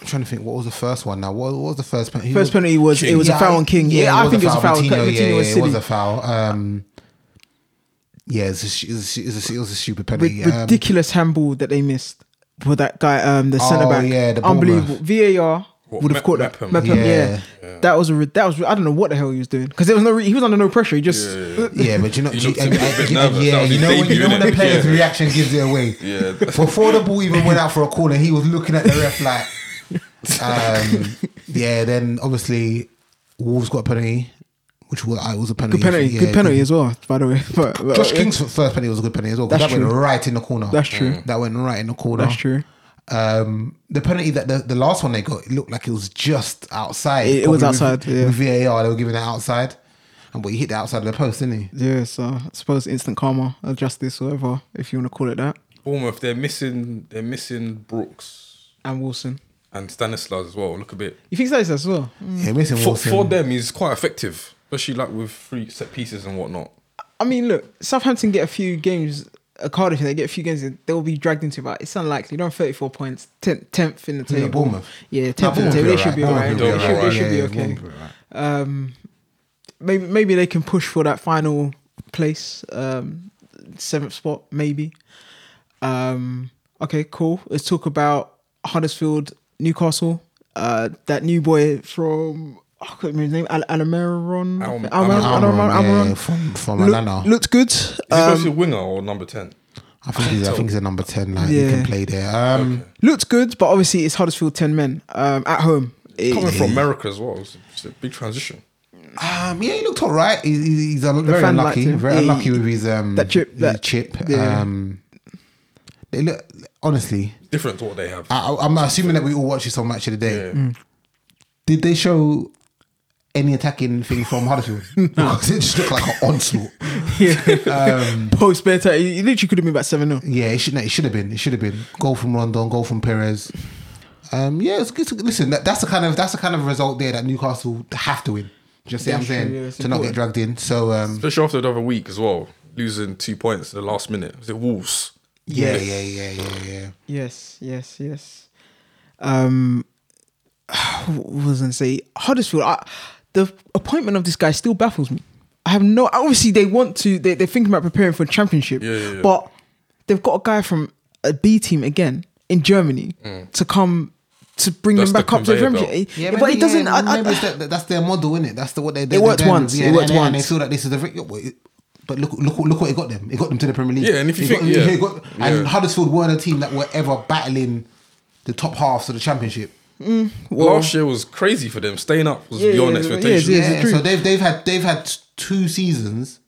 Speaker 2: I'm trying to think. What was the first one? Now, what, what was the first penalty?
Speaker 1: First penalty was- it was a foul on King. Yeah, I think it was a foul.
Speaker 2: Coutinho,
Speaker 1: Coutinho
Speaker 2: yeah, yeah,
Speaker 1: was
Speaker 2: it was
Speaker 1: silly.
Speaker 2: a foul. Um, yeah, it was a, sh- it was a, sh- it was a, it was a stupid penalty.
Speaker 1: Rid-
Speaker 2: Um,
Speaker 1: ridiculous handball that they missed for that guy, um, the
Speaker 2: Oh,
Speaker 1: centre back.
Speaker 2: yeah, the
Speaker 1: unbelievable. VAR
Speaker 3: What,
Speaker 1: would
Speaker 3: Me-
Speaker 1: have caught that.
Speaker 3: Mepham?
Speaker 1: Mepham, yeah.
Speaker 2: Yeah.
Speaker 1: that was a ri- that was I don't know what the hell he was doing because there was no re- he was under no pressure. He just
Speaker 2: Yeah, but you know,
Speaker 3: He
Speaker 2: you-
Speaker 3: looked a
Speaker 2: and-
Speaker 3: bit
Speaker 2: and-
Speaker 3: nervous.
Speaker 2: yeah,
Speaker 3: That was
Speaker 2: you
Speaker 3: his
Speaker 2: know, when,
Speaker 3: debut,
Speaker 2: you know when
Speaker 3: innit?
Speaker 2: the player's
Speaker 3: Yeah.
Speaker 2: reaction gives it away.
Speaker 3: Yeah.
Speaker 2: Before the ball even went out for a corner, he was looking at the ref like, um, yeah. Then obviously, Wolves got a penalty, which was uh, it was a penalty.
Speaker 1: good penalty,
Speaker 2: yeah,
Speaker 1: good penalty as well. By the way, but, but-
Speaker 2: Josh King's first penalty was a good penalty as well. 'cause
Speaker 1: That's
Speaker 2: that
Speaker 1: true.
Speaker 2: went right in the corner.
Speaker 1: That's true. Mm.
Speaker 2: That went right in the corner.
Speaker 1: That's true.
Speaker 2: Um, the penalty that the, the last one they got it looked like it was just outside.
Speaker 1: It- it was
Speaker 2: Probably
Speaker 1: outside, yeah.
Speaker 2: With, with VAR, they were giving it outside, and but he hit the outside of the post, didn't he?
Speaker 1: Yeah, so I suppose instant karma or justice, whatever, if you want to call it that.
Speaker 3: Bournemouth, they're missing they're missing Brooks
Speaker 1: And Wilson,
Speaker 3: and Stanislas as well. Look a bit.
Speaker 1: you think that is as well?
Speaker 2: Yeah, missing
Speaker 3: For,
Speaker 2: Wilson.
Speaker 3: for them, he's quite effective, especially like with free set pieces and whatnot.
Speaker 1: I mean, look, Southampton get a few games. Uh, Cardiff, they get a few games, they'll be dragged into it. But it's unlikely. They're on 34 points, 10th in the
Speaker 2: Yeah,
Speaker 1: table.
Speaker 2: Bournemouth.
Speaker 1: Yeah, 10th in the
Speaker 2: Bournemouth
Speaker 1: table.
Speaker 2: will
Speaker 1: They
Speaker 2: be
Speaker 1: should be all right.
Speaker 2: alright.
Speaker 1: They
Speaker 3: Bournemouth will
Speaker 1: should
Speaker 3: be
Speaker 1: they should
Speaker 3: alright.
Speaker 1: be
Speaker 2: Yeah, yeah,
Speaker 1: okay.
Speaker 2: Bournemouth will be alright.
Speaker 1: Um, maybe maybe they can push for that final place, um, seventh spot, maybe. Um, okay, cool. Let's talk about Huddersfield, Newcastle. Uh, that new boy from I can't remember his name, Al- Almiron.
Speaker 3: Al-
Speaker 1: Almiron,
Speaker 3: Almiron,
Speaker 1: Almiron,
Speaker 2: yeah,
Speaker 1: Almiron.
Speaker 2: from from
Speaker 1: Look-
Speaker 2: Alana.
Speaker 1: Looked good.
Speaker 3: Is he
Speaker 1: Um,
Speaker 3: supposed to be a winger or number ten?
Speaker 2: I think he's, I think he's a number ten. Like he
Speaker 1: Yeah.
Speaker 2: can play there. Um,
Speaker 1: looked good, but obviously it's Huddersfield ten men um, at home. It-
Speaker 3: Coming from America as well, it's, it's a big transition.
Speaker 2: um, yeah, he looked all right. He, he- he's a, very
Speaker 1: fan liked
Speaker 2: unlucky.
Speaker 1: him.
Speaker 2: Very
Speaker 1: Yeah, he-
Speaker 2: unlucky with his um
Speaker 1: That chip-
Speaker 2: his
Speaker 1: that-
Speaker 2: chip.
Speaker 1: yeah.
Speaker 2: Um, they look honestly.
Speaker 3: Different to what they
Speaker 1: Ah.
Speaker 3: have.
Speaker 2: I, I- I'm assuming that we all watched this on Match of the Day.
Speaker 3: Yeah.
Speaker 1: Mm.
Speaker 2: Did they show any attacking thing from Huddersfield? Because it just looked like an onslaught.
Speaker 1: Um, post better, it literally could have been about seven 0
Speaker 2: Yeah, it should. No, it should have been. It should have been goal from Rondon, goal from Perez. Um, yeah, it's, it's, listen, that, that's the kind of that's the kind of result there that Newcastle have to win. Just see what I'm
Speaker 1: That's true,
Speaker 2: saying
Speaker 1: yeah, it's
Speaker 2: to not get
Speaker 1: important.
Speaker 2: dragged in. So um,
Speaker 3: Especially after the other week as well, losing two points at the last minute. Was it Wolves?
Speaker 2: yeah, yeah, yeah, yeah, yeah.
Speaker 1: Yes, yes, yes. Um, what was I gonna say Huddersfield. I, the appointment of this guy still baffles me. I have no. Obviously, they want to. They, they're thinking about preparing for a championship.
Speaker 3: Yeah, yeah, yeah.
Speaker 1: But they've got a guy from a B team again in Germany to come to bring
Speaker 3: Mm. That's
Speaker 1: them back
Speaker 3: the
Speaker 1: up to the
Speaker 3: conveyor
Speaker 1: championship.
Speaker 3: belt.
Speaker 1: Eh, but it doesn't. I, I,
Speaker 2: maybe it's that- that's their model, isn't it? That's the what they. they
Speaker 1: It worked
Speaker 2: they're doing.
Speaker 1: once,
Speaker 2: Yeah,
Speaker 1: it
Speaker 2: and-
Speaker 1: worked
Speaker 2: and, And
Speaker 1: once.
Speaker 2: they feel that this is the. yeah, well, it- But look, look, look what it got them. It got them to the Premier League.
Speaker 3: Yeah, and if you
Speaker 2: It
Speaker 3: think-
Speaker 2: got-
Speaker 3: yeah.
Speaker 2: it got- and
Speaker 3: Yeah.
Speaker 2: Huddersfield weren't a team that were ever battling the top halves of the Championship.
Speaker 3: last year was crazy for them. Staying up was
Speaker 1: Yeah,
Speaker 3: beyond
Speaker 1: yeah, yeah,
Speaker 3: expectation.
Speaker 1: yeah,
Speaker 3: Yeah,
Speaker 1: It's a
Speaker 2: Yeah, so
Speaker 1: dream.
Speaker 2: they've they've had they've had two seasons.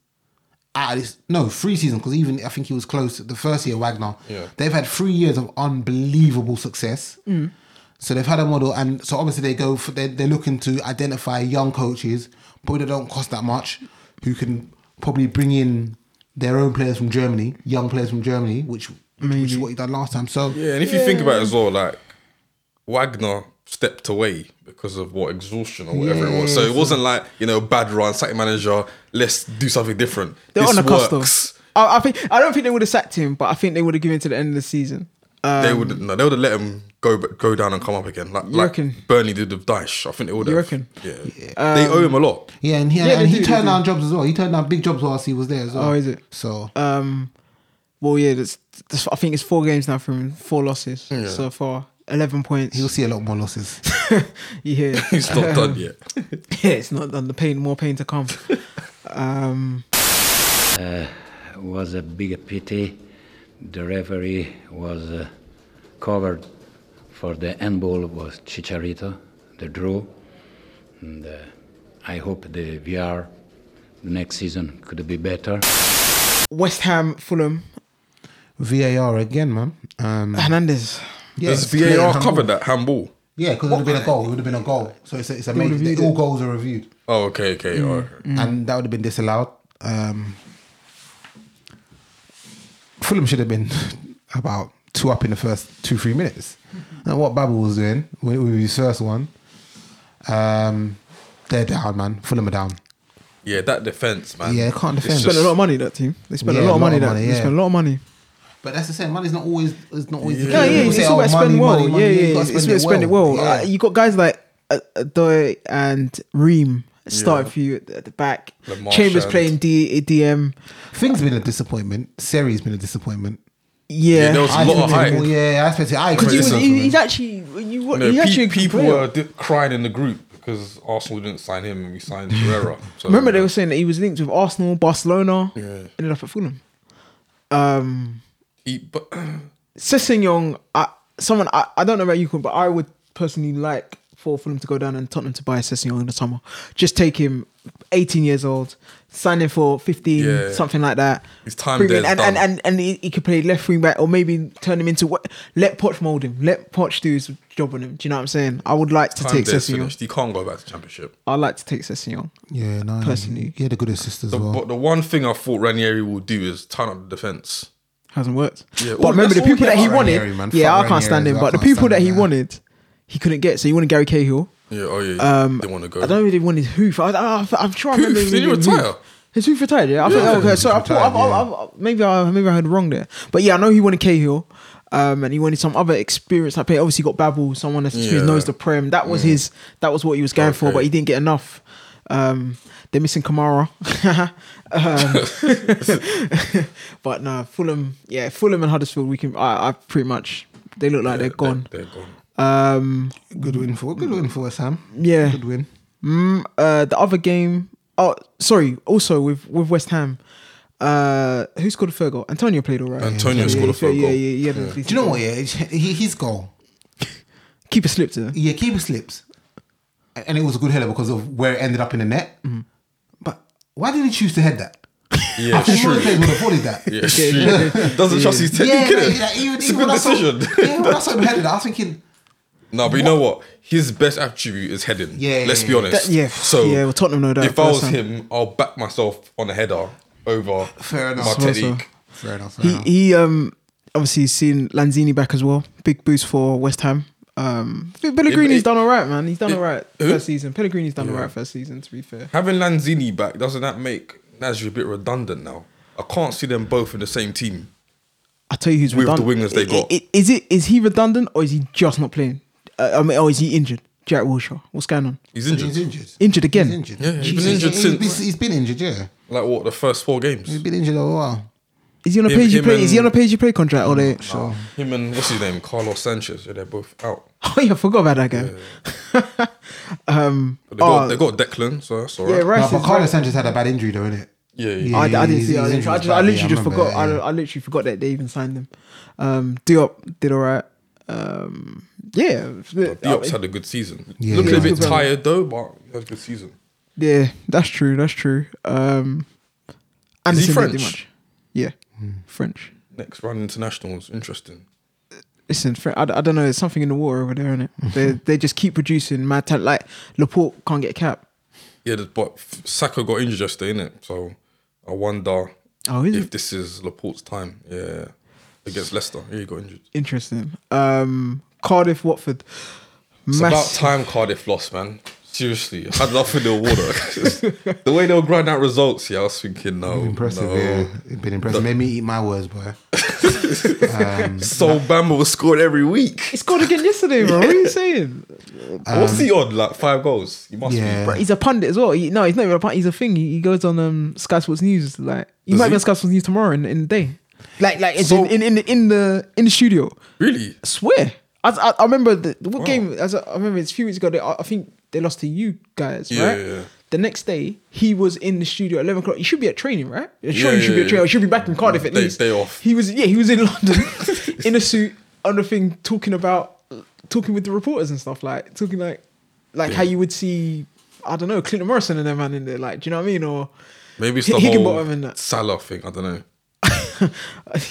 Speaker 2: At least, no, three seasons because even I think he was close the first year Wagner.
Speaker 3: Yeah.
Speaker 2: they've had three years of unbelievable success.
Speaker 1: Mm.
Speaker 2: So they've had a model, and so obviously they go for they they're looking to identify young coaches, probably that don't cost that much, who can probably bring in their own players from Germany, young players from Germany, which which is what he done last time. So
Speaker 3: and if you think about it as well, like Wagner stepped away because of what exhaustion or whatever it was. So it wasn't like you know bad run, site manager. Let's do something different.
Speaker 1: they're
Speaker 3: this
Speaker 1: on the cusp.
Speaker 3: works.
Speaker 1: of- I, I think. I don't think they would have sacked him, but I think they would have given it to the end of the season. Uh,
Speaker 3: they would no, they would have let him go go down and come up again. Like, like
Speaker 1: reckon?
Speaker 3: Burnley did with Dyche. I think they would have.
Speaker 1: You reckon?
Speaker 3: Yeah. they owe him a lot.
Speaker 2: Yeah, and he,
Speaker 1: Yeah, they
Speaker 2: and
Speaker 1: do,
Speaker 2: he
Speaker 1: they
Speaker 2: turned
Speaker 1: do.
Speaker 2: down jobs as well. He turned down big jobs whilst he was there as well.
Speaker 1: Oh, is it?
Speaker 2: So
Speaker 1: Um, well, yeah, that's, that's, I think it's four games now from him, four losses so far, eleven points.
Speaker 2: you'll see a lot more losses.
Speaker 1: yeah,
Speaker 3: He's not done yet.
Speaker 1: yeah, it's not done. The pain, more pain to come. um,
Speaker 9: was a big pity. The referee was uh, covered for the handball was Chicharito, the draw. And uh, I hope the VR next season could be better.
Speaker 1: West Ham, Fulham,
Speaker 2: VAR again, man. Um,
Speaker 1: Hernandez.
Speaker 2: yeah,
Speaker 3: Does
Speaker 2: it's clear
Speaker 3: VAR
Speaker 2: handball.
Speaker 3: covered that handball?
Speaker 2: Yeah, because it would have been a goal. It would have been a goal. So it's a, it's a major,
Speaker 1: reviewed
Speaker 2: all
Speaker 1: it.
Speaker 2: goals are reviewed,
Speaker 3: Oh, okay, okay. all right.
Speaker 2: and that would have been disallowed. Um, Fulham should have been about two up in the first two three minutes. And what Babel was doing with, with his first one, um, they're down, man. Fulham are down.
Speaker 3: Yeah, that defense, man.
Speaker 2: Yeah, can't
Speaker 3: It's
Speaker 2: defend.
Speaker 1: Spent a lot of money that team. They spent a
Speaker 2: Yeah,
Speaker 1: lot of money. that
Speaker 2: yeah.
Speaker 1: they spent a lot of money.
Speaker 2: But that's the same. Money's not always. It's not always.
Speaker 1: Yeah, yeah,
Speaker 2: People
Speaker 1: it's
Speaker 2: say,
Speaker 1: all
Speaker 2: oh,
Speaker 1: about spend
Speaker 2: money,
Speaker 1: well.
Speaker 2: money, money.
Speaker 1: yeah,
Speaker 2: You
Speaker 1: yeah,
Speaker 2: gotta
Speaker 1: it's about spend it well.
Speaker 2: Yeah.
Speaker 1: Uh, you got guys like uh, Adoy and Ream starting for you at, at the back.
Speaker 3: Lamarche
Speaker 1: Chambers
Speaker 3: and-
Speaker 1: playing D, DM.
Speaker 2: Things been a disappointment. Seri's been a disappointment.
Speaker 1: Yeah,
Speaker 3: there was a
Speaker 2: I
Speaker 3: lot of
Speaker 2: expected
Speaker 3: hype.
Speaker 2: more- Yeah, I expected. I
Speaker 1: because
Speaker 2: expected.
Speaker 1: he was
Speaker 3: Listen.
Speaker 1: he, he's actually you wa-
Speaker 3: No,
Speaker 1: he
Speaker 3: pe-
Speaker 1: actually a good
Speaker 3: people
Speaker 1: player.
Speaker 3: were di- crying in the group because Arsenal didn't sign him and we signed Herrera. So,
Speaker 1: Remember they
Speaker 3: yeah.
Speaker 1: were saying that he was linked with Arsenal, Barcelona.
Speaker 3: Yeah.
Speaker 1: Ended up at Fulham. Um,
Speaker 3: He, but
Speaker 1: Sessegnon, I someone I, I don't know about you, Kun, but I would personally like for Fulham to go down and Tottenham to buy Sessegnon in the summer. Just take him, eighteen years old, sign him for fifteen,
Speaker 3: Yeah.
Speaker 1: something like that.
Speaker 3: His time
Speaker 1: Bring
Speaker 3: there
Speaker 1: in-
Speaker 3: is
Speaker 1: and, and
Speaker 3: done.
Speaker 1: and and he, he could play left wing back, or maybe turn him into what? Let Poch mold him. Let Poch do his job on him. Do you know what I'm saying? I would like to
Speaker 3: time
Speaker 1: take
Speaker 3: there's
Speaker 1: Sessegnon.
Speaker 3: finished. He can't go back to championship.
Speaker 1: I'd like to take Sessegnon.
Speaker 2: Yeah, no.
Speaker 1: Personally.
Speaker 2: he had a good assist as
Speaker 3: The-
Speaker 2: well.
Speaker 3: But the one thing I thought Ranieri will do is turn up the defense.
Speaker 1: hasn't worked.
Speaker 3: Yeah,
Speaker 1: but
Speaker 3: all-
Speaker 1: remember
Speaker 3: that's
Speaker 1: the
Speaker 3: all
Speaker 1: people
Speaker 3: we
Speaker 1: that
Speaker 3: get
Speaker 1: he
Speaker 3: about
Speaker 1: wanted.
Speaker 2: Ranieri, man. Fuck
Speaker 1: yeah, I can't
Speaker 2: Ranieri
Speaker 1: stand
Speaker 2: as
Speaker 1: him.
Speaker 2: well.
Speaker 1: But the
Speaker 2: I can't
Speaker 1: people that
Speaker 2: stand
Speaker 1: he
Speaker 2: him, yeah.
Speaker 1: wanted, he couldn't get. So you wanted Gary Cahill.
Speaker 3: Yeah, oh yeah.
Speaker 1: Um,
Speaker 3: they want to go.
Speaker 1: I don't really want his hoof. I, I, I'm sure I
Speaker 3: Hoof?
Speaker 1: remember. him
Speaker 3: Did he
Speaker 1: reading
Speaker 3: retire?
Speaker 1: Hoof. His hoof retired. Yeah, I think. Okay, so I
Speaker 2: hoof
Speaker 1: thought I've,
Speaker 2: retired,
Speaker 1: I've, I've, maybe I maybe I heard wrong there. But yeah, I know he wanted Cahill. Um, and he wanted some other experience. Like, play. obviously, he got Babel, someone that's experienced,
Speaker 3: Yeah.
Speaker 1: knows the prem. That was his. That was what he was going for,
Speaker 3: Okay.
Speaker 1: but he didn't get enough. Um, they're missing Kamara. um, but no, Fulham. Yeah, Fulham and Huddersfield. We can. I, I pretty much. They look like they're gone.
Speaker 3: They're gone.
Speaker 1: Um,
Speaker 2: good win for good win for West Ham.
Speaker 1: Yeah.
Speaker 2: good win.
Speaker 1: Mm, uh, the other game. Oh, sorry. Also with with West Ham, uh, who scored the third goal? Antonio played all right.
Speaker 3: Antonio
Speaker 1: yeah,
Speaker 3: scored
Speaker 1: yeah,
Speaker 3: the third
Speaker 1: yeah,
Speaker 3: goal.
Speaker 1: Yeah, yeah, yeah.
Speaker 2: Do you know what? Yeah, it's- he, his goal.
Speaker 1: Keeper slipped it.
Speaker 2: Yeah, keeper slips, and it was a good header because of where it ended up in the net.
Speaker 1: Mm.
Speaker 2: But why did he choose to head that?
Speaker 3: Yeah,
Speaker 2: I think
Speaker 3: sure.
Speaker 2: most players would have volleyed that.
Speaker 3: Yeah, sure. Doesn't trust his
Speaker 2: Yeah,
Speaker 3: technique.
Speaker 2: like,
Speaker 3: innit?
Speaker 2: like, even,
Speaker 3: it's a
Speaker 2: even
Speaker 3: good
Speaker 2: when I saw-
Speaker 3: decision.
Speaker 2: yeah, when I saw him headed, I was thinking,
Speaker 3: No, but you know what? His best attribute is heading.
Speaker 2: Yeah,
Speaker 3: Let's
Speaker 2: yeah,
Speaker 3: be
Speaker 2: yeah.
Speaker 3: honest.
Speaker 1: That- yeah,
Speaker 3: So
Speaker 1: yeah, well, Tottenham know that
Speaker 3: If I was
Speaker 1: person.
Speaker 3: him, I'll back myself on a header over
Speaker 2: Fair enough.
Speaker 3: my
Speaker 2: So, so.
Speaker 3: technique.
Speaker 2: fair enough. Fair
Speaker 1: He
Speaker 2: enough.
Speaker 1: he um obviously he's seen Lanzini back as well. Big boost for West Ham. Um, Pellegrini's
Speaker 3: it-
Speaker 1: done all right, man. He's done all right
Speaker 3: who?
Speaker 1: first season. Pellegrini's done all right first season. To be fair,
Speaker 3: Having Lanzini back doesn't that make Nasri a bit redundant now? I can't see them both in the same team.
Speaker 1: I tell you who's
Speaker 3: With the
Speaker 1: redundant.
Speaker 3: wingers they got.
Speaker 1: I- I- is it is he redundant or is he just not playing? Uh, I mean, or is he injured? Jack Wilshere, what's going on?
Speaker 3: He's injured.
Speaker 2: He's injured.
Speaker 1: Injured again.
Speaker 2: He's injured.
Speaker 3: Yeah, he's been
Speaker 2: Jesus,
Speaker 3: injured
Speaker 2: he's been-
Speaker 3: since-
Speaker 2: he's been injured. Yeah,
Speaker 3: Like what? The first four
Speaker 2: he's
Speaker 3: games.
Speaker 2: been injured a while.
Speaker 1: Is he on a
Speaker 3: Him-
Speaker 1: page you
Speaker 3: him
Speaker 1: play? Is he on
Speaker 3: and-
Speaker 1: a page you play contract or they?
Speaker 3: Nah, Him and what's his name? Carlos Sanchez. Yeah, they're both out.
Speaker 1: Oh yeah, I forgot about that guy. um,
Speaker 3: But they, got,
Speaker 1: oh,
Speaker 3: they got Declan, so that's all
Speaker 1: yeah,
Speaker 3: right.
Speaker 1: Rice.
Speaker 2: No,
Speaker 1: is
Speaker 2: but Carlos
Speaker 1: right.
Speaker 2: Sanchez had a bad injury though, innit?
Speaker 3: Yeah, yeah.
Speaker 1: I, I didn't
Speaker 2: He's-
Speaker 1: see.
Speaker 2: he's
Speaker 1: I, didn't,
Speaker 2: injured
Speaker 1: I, just,
Speaker 2: badly,
Speaker 1: I
Speaker 2: I
Speaker 1: literally just
Speaker 2: remember,
Speaker 1: forgot.
Speaker 2: yeah.
Speaker 1: I, I literally forgot that they even signed them. Um, Diop did all right. Um, yeah,
Speaker 3: Diop's had a good season.
Speaker 2: Yeah,
Speaker 3: Looks
Speaker 2: yeah.
Speaker 3: a bit
Speaker 1: Yeah.
Speaker 3: tired though, but he had a good season.
Speaker 1: yeah, that's true. That's true. Um,
Speaker 3: Is he
Speaker 1: Anderson didn't do
Speaker 3: French?
Speaker 1: much. Yeah,
Speaker 2: Hmm.
Speaker 1: French.
Speaker 3: Next round internationals, interesting.
Speaker 1: Listen, Fre- I, I don't know. There's something in the water over there, isn't it? they they just keep producing mad talent. Like Laporte can't get a cap.
Speaker 3: Yeah, th- but Saka got injured yesterday, innit? So I wonder
Speaker 1: Oh, is
Speaker 3: if
Speaker 1: it?
Speaker 3: this is Laporte's time. Yeah, against Leicester, yeah, he got injured.
Speaker 1: Interesting. Um, Cardiff, Watford.
Speaker 3: It's
Speaker 1: Mass-
Speaker 3: about time Cardiff lost, man. seriously, I had enough in the water. the way they were grinding out results, yeah, I was thinking, no,
Speaker 2: Impressive,
Speaker 3: no.
Speaker 2: yeah. It's been impressive. Made me eat my words, boy.
Speaker 3: So Bamba was scored every week.
Speaker 1: He scored again yesterday, bro. What are you saying?
Speaker 3: What's the odd? Like five goals? You must
Speaker 2: Um, yeah.
Speaker 3: be.
Speaker 1: Bro, he's a pundit as well. He, no, he's not even a pundit. He's a thing. He, he goes on um, Sky Sports News. Like he
Speaker 3: Does
Speaker 1: might
Speaker 3: he?
Speaker 1: be on Sky Sports News tomorrow in, in the day. Like like it's
Speaker 3: So-
Speaker 1: in, in in the- in the in the studio.
Speaker 3: Really?
Speaker 1: I swear. I, I, I remember the, what game? As I, I remember, it's a few weeks ago. They, I, I think they lost to you guys,
Speaker 3: Yeah,
Speaker 1: right?
Speaker 3: yeah, yeah.
Speaker 1: The next day, he was in the studio at eleven o'clock. He should be at training, right? Sure,
Speaker 3: Yeah,
Speaker 1: he should
Speaker 3: yeah,
Speaker 1: be at training.
Speaker 3: yeah.
Speaker 1: He should be back in Cardiff at
Speaker 3: Day-
Speaker 1: least.
Speaker 3: day off.
Speaker 1: He was, yeah, he was in London in a suit, on a thing, talking about, talking with the reporters and stuff, like talking like, like how you would see, I don't know, Clinton Morrison and their man in there, like, do you know what I mean? Or
Speaker 3: Maybe it's
Speaker 1: Hi-
Speaker 3: the
Speaker 1: Higginbottom and
Speaker 3: whole
Speaker 1: that.
Speaker 3: Salah thing. I don't know.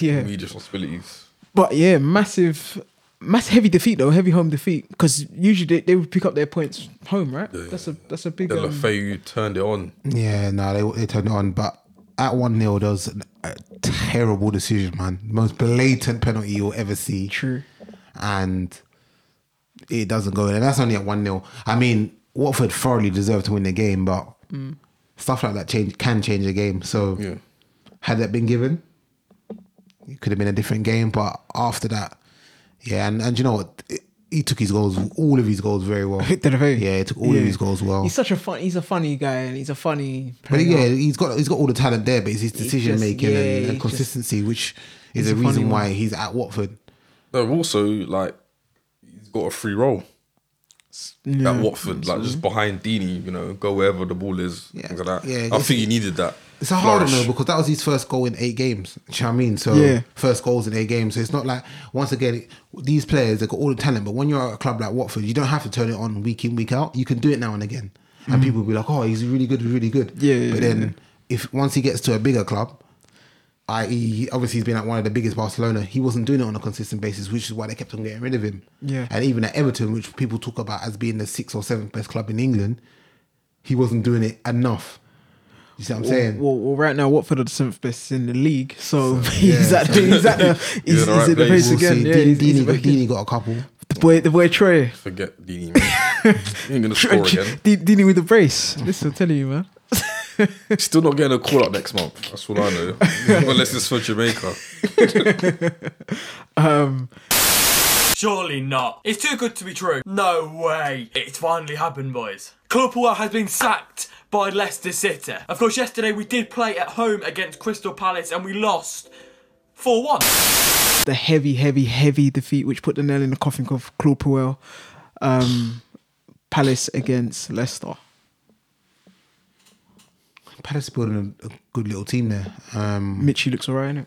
Speaker 1: yeah,
Speaker 3: Media responsibilities.
Speaker 1: But yeah, massive, massive heavy defeat though, heavy home defeat because usually they, they would pick up their points home, right? That's a that's a big.
Speaker 3: De La
Speaker 1: Um,
Speaker 3: Feu turned it on.
Speaker 2: Yeah, no, they, they turned it on. But at 1 0, there was an- a terrible decision, man. The most blatant penalty you'll ever see.
Speaker 1: True.
Speaker 2: And it doesn't go in. And that's only at 1 0. I mean, Watford thoroughly deserved to win the game, but
Speaker 1: Mm.
Speaker 2: stuff like that change can change a game. So,
Speaker 3: Yeah.
Speaker 2: had that been given, it could have been a different game. But after that, yeah, and, and you know what? he took his goals, all of his goals very well.
Speaker 1: Did a very-
Speaker 2: Yeah, he took all
Speaker 1: yeah.
Speaker 2: of his goals well.
Speaker 1: He's such a fun. He's a funny guy and he's a funny.
Speaker 2: But
Speaker 1: player.
Speaker 2: yeah, he's got he's got all the talent there, but it's his decision
Speaker 1: just-
Speaker 2: making
Speaker 1: yeah,
Speaker 2: and,
Speaker 1: he just-
Speaker 2: and consistency, which
Speaker 1: he's
Speaker 2: is
Speaker 1: a
Speaker 2: the
Speaker 1: funny
Speaker 2: reason
Speaker 1: one.
Speaker 2: why he's at Watford.
Speaker 3: No, also like he's got a free roll
Speaker 1: Yeah.
Speaker 3: at Watford, like just behind Deeney. You know, go wherever the ball is.
Speaker 2: Yeah.
Speaker 3: Things like that.
Speaker 2: Yeah,
Speaker 3: I
Speaker 2: it's-
Speaker 3: think he needed that.
Speaker 2: It's a hard one
Speaker 3: flourish.
Speaker 2: though because that was his first goal in eight games. Do you know what I mean? So
Speaker 1: Yeah.
Speaker 2: first goals in eight games. So it's not like once again these players they got all the talent, but when you're at a club like Watford, you don't have to turn it on week in week out. You can do it now and again, and people will be like, "Oh, he's really good, really good."
Speaker 1: Mm. Yeah, yeah,
Speaker 2: but then if once he gets to a bigger club. I.e., obviously he's been at one of the biggest Barcelona. He wasn't doing it on a consistent basis, which is why they kept on getting rid of him.
Speaker 1: Yeah.
Speaker 2: and even at Everton, which people talk about as being the sixth or seventh best club in England, he wasn't doing it enough. You see what I'm saying?
Speaker 1: Well, well, right now Watford are the seventh best in the league, so he's
Speaker 2: yeah,
Speaker 1: at the, he's at the he's,
Speaker 3: in the
Speaker 1: he's
Speaker 3: right
Speaker 1: at the
Speaker 3: place.
Speaker 1: place
Speaker 2: We'll
Speaker 1: again.
Speaker 2: see.
Speaker 1: Yeah,
Speaker 2: Deeney-
Speaker 1: he's, he's
Speaker 2: Deeney got,
Speaker 1: back in-
Speaker 2: Deeney got a couple.
Speaker 1: the boy, the boy Trey,
Speaker 3: Forget Deeney. Man. he ain't gonna score again.
Speaker 1: De- dealing with the brace. This will tell you, man.
Speaker 3: He's still not getting a call up next month. That's all I know. Unless it's for Jamaica.
Speaker 10: Surely not. It's too good to be true. No way. It's finally happened, boys. Club Poel has been sacked by Leicester City. Of course, yesterday we did play at home against Crystal Palace and we lost 4 1.
Speaker 1: the heavy, heavy, heavy defeat which put the nail in the coffin of Claude Puel, um, Palace against Leicester.
Speaker 2: Palace building a, a good little team there. Um,
Speaker 1: Mitchy looks alright, innit?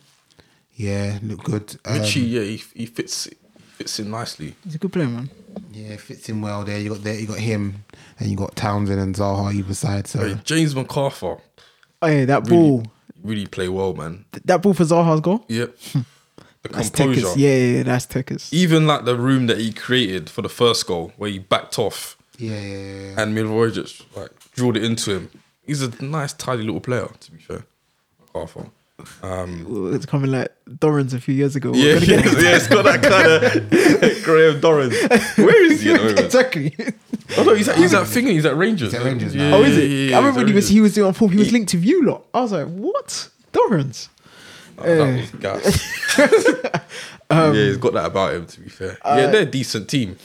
Speaker 2: yeah, look good. Um,
Speaker 3: Richie, yeah, he, he fits fits in nicely.
Speaker 1: He's a good player, man.
Speaker 2: yeah, fits in well there. You got there, you got him, and you got Townsend and Zaha either side. So
Speaker 3: Hey, James MacArthur
Speaker 1: Oh yeah, that
Speaker 3: really,
Speaker 1: ball,
Speaker 3: really play well, man.
Speaker 1: th- that ball for Zaha's goal.
Speaker 3: Yep. The
Speaker 1: That's
Speaker 3: composure.
Speaker 1: Tekers. Yeah, yeah, yeah, that's Tekers.
Speaker 3: Even like the room that he created for the first goal, where he backed off
Speaker 2: yeah, yeah, yeah, yeah.
Speaker 3: and Milroy just like drilled it into him. He's a nice, tidy little player, to be fair. MacArthur. Um,
Speaker 1: It's coming like Dorans a few years ago.
Speaker 3: Yeah, yeah, it's got that kind of Graham Dorrance. Where is he at the moment?
Speaker 1: exactly.
Speaker 3: Oh, no, he's at, he's at Thingy, he's at Rangers.
Speaker 2: at Rangers now.
Speaker 1: oh, is
Speaker 3: yeah,
Speaker 1: it?
Speaker 3: yeah, yeah,
Speaker 1: I remember when
Speaker 3: he's at
Speaker 1: he was
Speaker 3: Rangers.
Speaker 1: he was doing on form. He was linked to you lot. I was like, what? Dorans.
Speaker 3: That was gas. yeah, he's got that about him. To be fair, yeah, they're a decent team.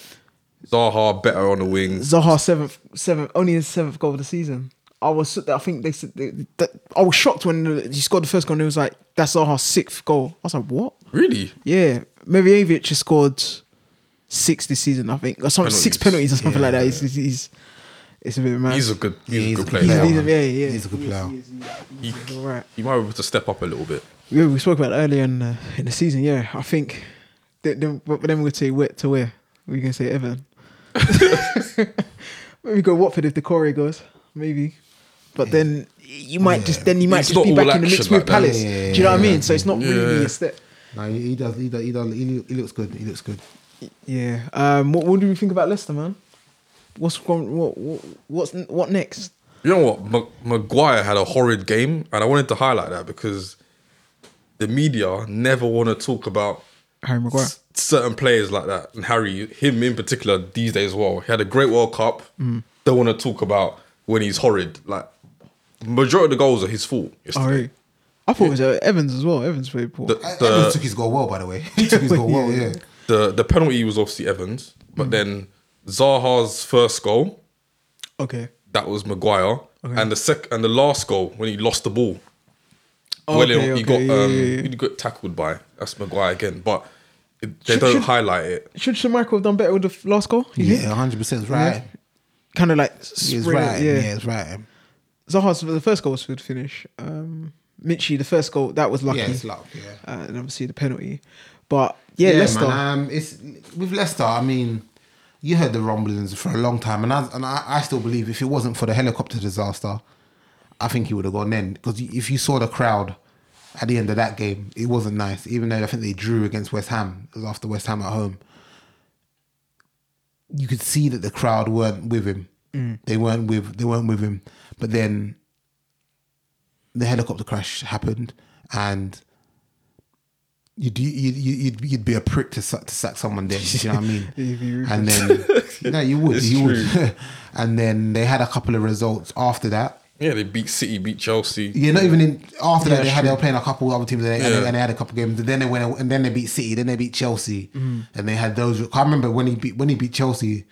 Speaker 3: Zaha better on the wings.
Speaker 1: Zaha seventh, seventh, only his seventh goal of the season. I was, so- I think they said they, that I was shocked when he scored the first goal. and It was like that's Zaha's sixth goal. I was like, what?
Speaker 3: Really?
Speaker 1: Yeah, Mirjanovic has scored six this season, I think, or something, six
Speaker 3: Penalties.
Speaker 1: penalties or something like that. He's, he's, he's- it's a bit mad.
Speaker 3: He's a good, he's a
Speaker 2: he's
Speaker 3: good
Speaker 2: a
Speaker 3: player.
Speaker 2: good
Speaker 1: He's- he's a-
Speaker 2: man.
Speaker 1: yeah, yeah,
Speaker 2: He's a good
Speaker 1: He is,
Speaker 2: player.
Speaker 1: he is, he is.
Speaker 3: He,
Speaker 1: All right.
Speaker 3: he might be able to step up a little bit.
Speaker 1: Yeah, we spoke about it earlier in the, in the season. Yeah, I think. Then, then but then we're gonna say where to where. We're gonna say Everton. Maybe go Watford if the Corey goes. Maybe, but then you might just then you might
Speaker 3: It's
Speaker 1: just
Speaker 3: not
Speaker 1: be
Speaker 3: all
Speaker 1: back in the
Speaker 3: action
Speaker 1: mix
Speaker 3: like
Speaker 1: with
Speaker 3: that.
Speaker 1: Palace.
Speaker 2: Yeah, yeah,
Speaker 1: Do you know what I
Speaker 2: yeah,
Speaker 1: mean? So it's not really
Speaker 3: Yeah.
Speaker 1: a step.
Speaker 2: No, he, he does, he does, he does, he, loo- he looks good. He looks good.
Speaker 1: Yeah. Um. What, what do you think about Leicester, man? What's going? What, what what's what next?
Speaker 3: You know what? Ma- Maguire had a horrid game, and I wanted to highlight that because the media never want to talk about
Speaker 1: Harry Maguire.
Speaker 3: s- certain players like that, and Harry, him in particular, these days. as Well, he had a great World Cup. they want to talk about when he's horrid. Like majority of the goals are his fault. It's
Speaker 1: Oh, really? I thought it was uh, Evans as well. Evans very poor.
Speaker 3: the-
Speaker 2: Evans took his goal well, by the way. He took his goal well, Uh, yeah.
Speaker 3: The the penalty was obviously Evans,
Speaker 1: Mm.
Speaker 3: but then Zaha's first goal
Speaker 1: Okay.
Speaker 3: that was Maguire,
Speaker 1: Okay.
Speaker 3: and the sec and the last goal when he lost the ball.
Speaker 1: Oh,
Speaker 3: well,
Speaker 1: okay,
Speaker 3: he
Speaker 1: okay,
Speaker 3: got
Speaker 1: yeah,
Speaker 3: um,
Speaker 1: yeah, yeah.
Speaker 3: he got tackled by that's Maguire again, but it, they
Speaker 1: Should-
Speaker 3: don't
Speaker 1: should-
Speaker 3: highlight it.
Speaker 1: Should Sir Michael have done better with the f- last goal?
Speaker 2: Yeah, 100% right.
Speaker 1: Kind of like
Speaker 2: He's
Speaker 1: spring it,
Speaker 2: right. Yeah.
Speaker 1: Yeah.
Speaker 2: he's right.
Speaker 1: Zaha's the first goal was good finish. Um, Mitchy the first goal that was lucky.
Speaker 2: Yeah, it's luck. Yeah.
Speaker 1: Uh, and obviously the penalty, but yeah, Leicester.
Speaker 2: Man, um, it's with Leicester. I mean, you heard the rumblings for a long time, and I and I, I still believe if it wasn't for the helicopter disaster, I think he would have gone in because if you saw the crowd at the end of that game, it wasn't nice. Even though I think they drew against West Ham, it was after West Ham at home. You could see that the crowd weren't with him.
Speaker 1: Mm.
Speaker 2: They weren't with. They weren't with him. But then the helicopter crash happened, and you'd you you you'd, you'd be a prick to sack, to sack someone then. Do you know what I mean? and then no, you would,
Speaker 3: It's
Speaker 2: you
Speaker 3: true.
Speaker 2: would. and then they had a couple of results after that.
Speaker 3: Yeah, they beat City, beat Chelsea.
Speaker 2: Yeah, not even in
Speaker 1: Yeah,
Speaker 2: after that they
Speaker 1: that's
Speaker 2: had they
Speaker 1: true.
Speaker 2: were playing a couple other teams and they, and they-
Speaker 3: Yeah.
Speaker 2: and they had a couple games. And then they went and then they beat City, then they beat Chelsea,
Speaker 3: Mm.
Speaker 2: and they had those. I remember when he beat when he beat Chelsea.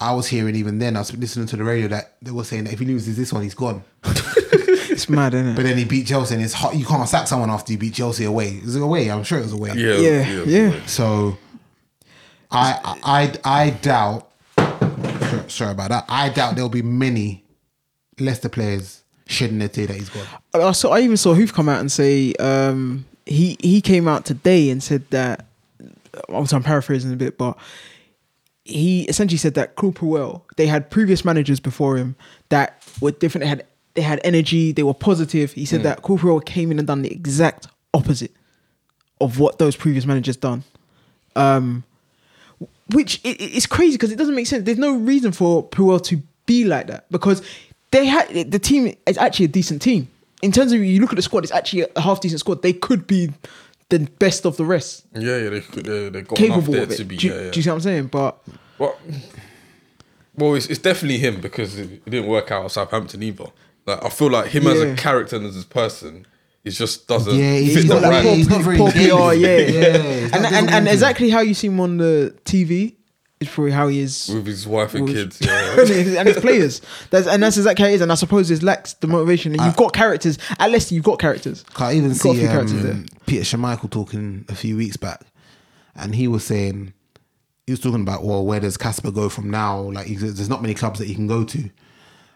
Speaker 2: I was hearing even then. I was listening to the radio that they were saying that if he loses this one, he's gone.
Speaker 1: It's mad, isn't
Speaker 2: But
Speaker 1: it?
Speaker 2: then he beat Chelsea, and it's hot. You can't sack someone after you beat Chelsea away. It was away. I'm sure it was away.
Speaker 3: Yeah,
Speaker 1: Yeah, yeah.
Speaker 2: So I I I doubt. Sorry, sorry about that. I doubt there'll be many Leicester players shedding their tear that he's gone.
Speaker 1: And I saw. I even saw Hoof come out and say um, he he came out today and said that. Obviously, I'm paraphrasing a bit, but he essentially said that Krupperwell, they had previous managers before him that were different. They had they had energy. They were positive. He said that Krupperwell came in and done the exact opposite of what those previous managers done. Um, which i- i- is crazy because it doesn't make sense. There's no reason for Puel to be like that because they had the team is actually a decent team in terms of you look at the squad. It's actually a half decent squad. They could be the best of the rest,
Speaker 3: yeah, yeah. They could, they, they got enough
Speaker 1: capable
Speaker 3: there
Speaker 1: of it.
Speaker 3: to be.
Speaker 1: do, you-
Speaker 3: yeah, yeah.
Speaker 1: do you see what I'm saying? But
Speaker 3: Well, well, it's, it's definitely him because it, it didn't work out at Southampton either. Like I feel like him as a
Speaker 1: Yeah.
Speaker 3: character and as a person, it just doesn't
Speaker 2: Yeah, he's,
Speaker 3: fit the
Speaker 2: not, like,
Speaker 3: brand.
Speaker 2: he's not very
Speaker 1: poor PR, yeah,
Speaker 2: engaging. he's not-
Speaker 1: and
Speaker 2: doesn't
Speaker 1: and,
Speaker 2: engage
Speaker 1: and
Speaker 2: him.
Speaker 1: exactly how you see him on the TV is probably how he is
Speaker 3: with his wife and
Speaker 1: with-
Speaker 3: kids. Yeah.
Speaker 1: and his- and his players. That's and that's exactly how it is. And I suppose it lacks the motivation. And you've got characters. At Leicester, you've got characters.
Speaker 2: Can't even
Speaker 1: You've got a
Speaker 2: see
Speaker 1: few characters there.
Speaker 2: um, Peter Schmeichel talking a few weeks back, and he was saying he was talking about well, where does Casper go from now? Like, he- there's not many clubs that he can go to,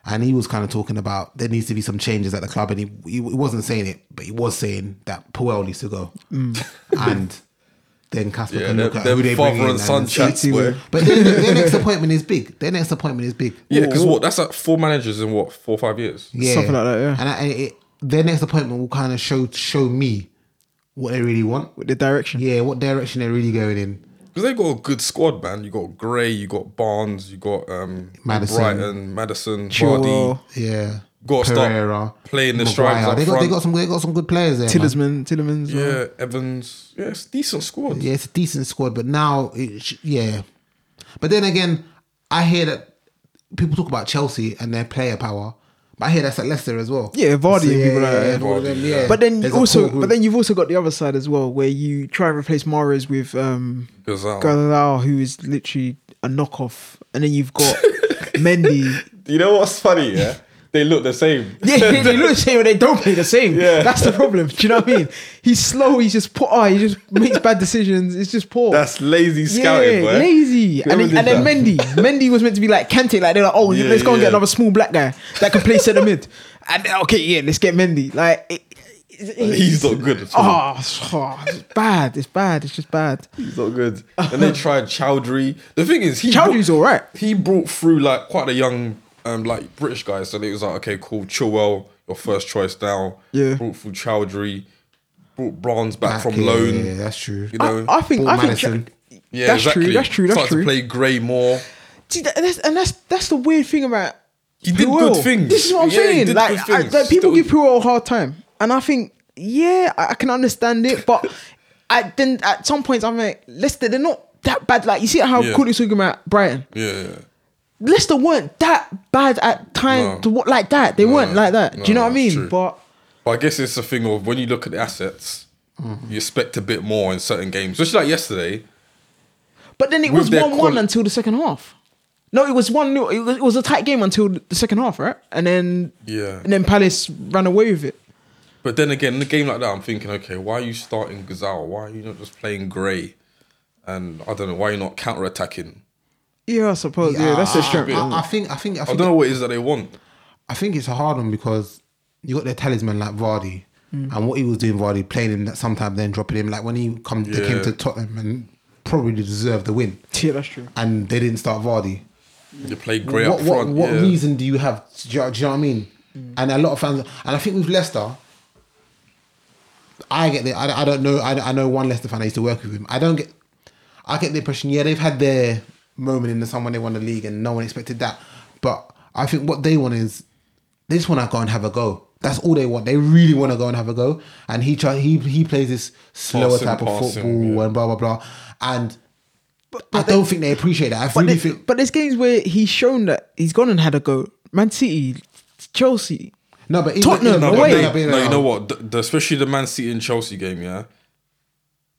Speaker 2: and he was kind of talking about there needs to be some changes at the club, and he he, he wasn't saying it, but he was saying that Puel needs to go,
Speaker 1: Mm.
Speaker 2: and then Casper
Speaker 3: Yeah,
Speaker 2: can look
Speaker 3: them-
Speaker 2: at who
Speaker 3: them
Speaker 2: they
Speaker 3: father
Speaker 2: bring in
Speaker 3: and son
Speaker 2: and see-
Speaker 3: chats
Speaker 2: see-
Speaker 3: were-
Speaker 2: But their, their next appointment is big. Their next appointment is big.
Speaker 3: Yeah, because what? That's like four managers in what four or five years.
Speaker 2: Yeah.
Speaker 1: Something like that, yeah.
Speaker 2: And I, it, their next appointment will kind of show show me what they really want.
Speaker 1: The direction.
Speaker 2: Yeah, what direction they're really going in.
Speaker 3: Because they got a good squad, man. You got Gray, you got Barnes, you got um,
Speaker 2: Madison.
Speaker 3: Brighton, Madison,
Speaker 1: Chilwell,
Speaker 3: Vardy.
Speaker 2: Yeah,
Speaker 3: Gotta start playing the strikers up
Speaker 2: They got they
Speaker 3: front.
Speaker 2: got some they got some good players there.
Speaker 1: Tillersman,
Speaker 2: man.
Speaker 1: Tillerman's.
Speaker 3: Yeah, Evans. Yeah, it's a decent squad.
Speaker 2: Yeah, it's a decent squad, but now it, sh- yeah. But then again, I hear that people talk about Chelsea and their player power, but I hear that's at Leicester as well.
Speaker 1: Yeah, Vardy and people like that.
Speaker 2: and all of them,
Speaker 3: Vardy,
Speaker 2: yeah.
Speaker 1: But then you
Speaker 2: There's a
Speaker 1: also,
Speaker 2: core group.
Speaker 1: but then you've also got the other side as well, where you try and replace Mares with um,
Speaker 3: Gazal.
Speaker 1: Galilao, who is literally a knockoff, and then you've got Mendy.
Speaker 3: You know what's funny? Yeah, they look the same.
Speaker 1: Yeah, they look the same, but they don't play the same.
Speaker 3: Yeah.
Speaker 1: that's the problem. Do you know what I mean? He's slow. He's just poor. Ah, he just makes bad decisions. It's just poor.
Speaker 3: That's lazy
Speaker 1: yeah,
Speaker 3: scouting, boy.
Speaker 1: lazy.
Speaker 3: Whoever
Speaker 1: And then,
Speaker 3: did
Speaker 1: and then
Speaker 3: that.
Speaker 1: Mendy, Mendy was meant to be like Kante. Like they're like, oh,
Speaker 3: Yeah,
Speaker 1: let's go and
Speaker 3: yeah.
Speaker 1: get another small black guy that can play centre mid. And okay, yeah, let's get Mendy. Like it, it- it-
Speaker 3: He's not good at all.
Speaker 1: Oh, it's- oh, it's bad. It's bad. It's just bad.
Speaker 3: He's not good. And they tried Chowdhury. The thing is, he
Speaker 1: Chowdhury's
Speaker 3: brought-
Speaker 1: all right.
Speaker 3: He brought through like quite a young, um, like British guy. So it was like, okay, cool, Chilwell, your first choice now.
Speaker 1: Yeah.
Speaker 3: Brought through Chowdhury. Brought Bronze
Speaker 2: Back,
Speaker 3: back, from
Speaker 2: yeah,
Speaker 3: loan.
Speaker 2: yeah, that's true.
Speaker 3: You know,
Speaker 1: I, I think.
Speaker 2: Paul
Speaker 1: I think.
Speaker 2: Madison.
Speaker 3: yeah,
Speaker 1: that's
Speaker 3: exactly.
Speaker 1: true. That's true. That's
Speaker 3: Started
Speaker 1: true.
Speaker 3: to play Gray more.
Speaker 1: See, that- that's, and that's that's the weird thing about
Speaker 3: He did
Speaker 1: Puel.
Speaker 3: good things.
Speaker 1: This is what I'm
Speaker 3: Yeah, he
Speaker 1: saying.
Speaker 3: did
Speaker 1: Like,
Speaker 3: good
Speaker 1: I-
Speaker 3: things.
Speaker 1: like, people
Speaker 3: Still-
Speaker 1: give Puel a hard time, and I think yeah, I, I can understand it, but I then at some points I'm like, Leicester, they're not that bad. Like you see how
Speaker 3: Yeah.
Speaker 1: quickly talking about Brighton.
Speaker 3: Yeah, yeah.
Speaker 1: Leicester weren't that bad at time
Speaker 3: No.
Speaker 1: to what like that. They weren't like that. Do you know what I mean? But
Speaker 3: But I guess it's a thing of when you look at the assets,
Speaker 1: Mm.
Speaker 3: you expect a bit more in certain games. Just like yesterday,
Speaker 1: but then it
Speaker 3: With
Speaker 1: was
Speaker 3: their
Speaker 1: one one
Speaker 3: quali-
Speaker 1: until the second half. No, it was one. nil. It was, it was a tight game until the second half, right? And then
Speaker 3: Yeah.
Speaker 1: and then Palace ran away with it.
Speaker 3: But then again, in a game like that, I'm thinking, okay, why are you starting Gazal? Why are you not just playing Gray? And I don't know why you're not counter attacking.
Speaker 1: Yeah, I suppose. Yeah, that's
Speaker 2: I-
Speaker 1: their strength.
Speaker 2: I,
Speaker 1: isn't it?
Speaker 2: I, think. I think. I,
Speaker 3: I
Speaker 2: think
Speaker 3: don't know what it is that they want.
Speaker 2: I think it's a hard one because you got the talisman like Vardy, and what he was doing, Vardy playing him that sometimes then dropping him. Like when he come they came
Speaker 3: Yeah.
Speaker 2: to Tottenham and probably deserved the win,
Speaker 1: yeah, that's true.
Speaker 2: and they didn't start Vardy.
Speaker 3: You play Gray
Speaker 2: what
Speaker 3: up
Speaker 2: what,
Speaker 3: front.
Speaker 2: what
Speaker 3: yeah.
Speaker 2: reason do you have? Do you, do you know what I mean? And a lot of fans, and I think with Leicester. I get the. I, I don't know. I, I know one Leicester fan. I used to work with him. I don't get. I get the impression. Yeah, they've had their moment in the sun when they won the league, and no one expected that. But I think what they want is they just want to go and have a go. That's all they want. They really want to go and have a go. And he try, he he plays this slower
Speaker 3: Passing,
Speaker 2: type of
Speaker 3: passing,
Speaker 2: football
Speaker 3: yeah.
Speaker 2: and blah blah blah. And I don't think they appreciate that. I
Speaker 1: But,
Speaker 2: really
Speaker 1: there-
Speaker 2: think
Speaker 1: but there's games where he's shown that he's gone and had a go. Man City, Chelsea.
Speaker 2: no, but even-
Speaker 1: Tottenham,
Speaker 2: no,
Speaker 3: No,
Speaker 2: but
Speaker 1: away.
Speaker 3: but
Speaker 2: they-
Speaker 3: they,
Speaker 2: but they-
Speaker 3: no, you know what? The, the- especially the Man City and Chelsea game, yeah.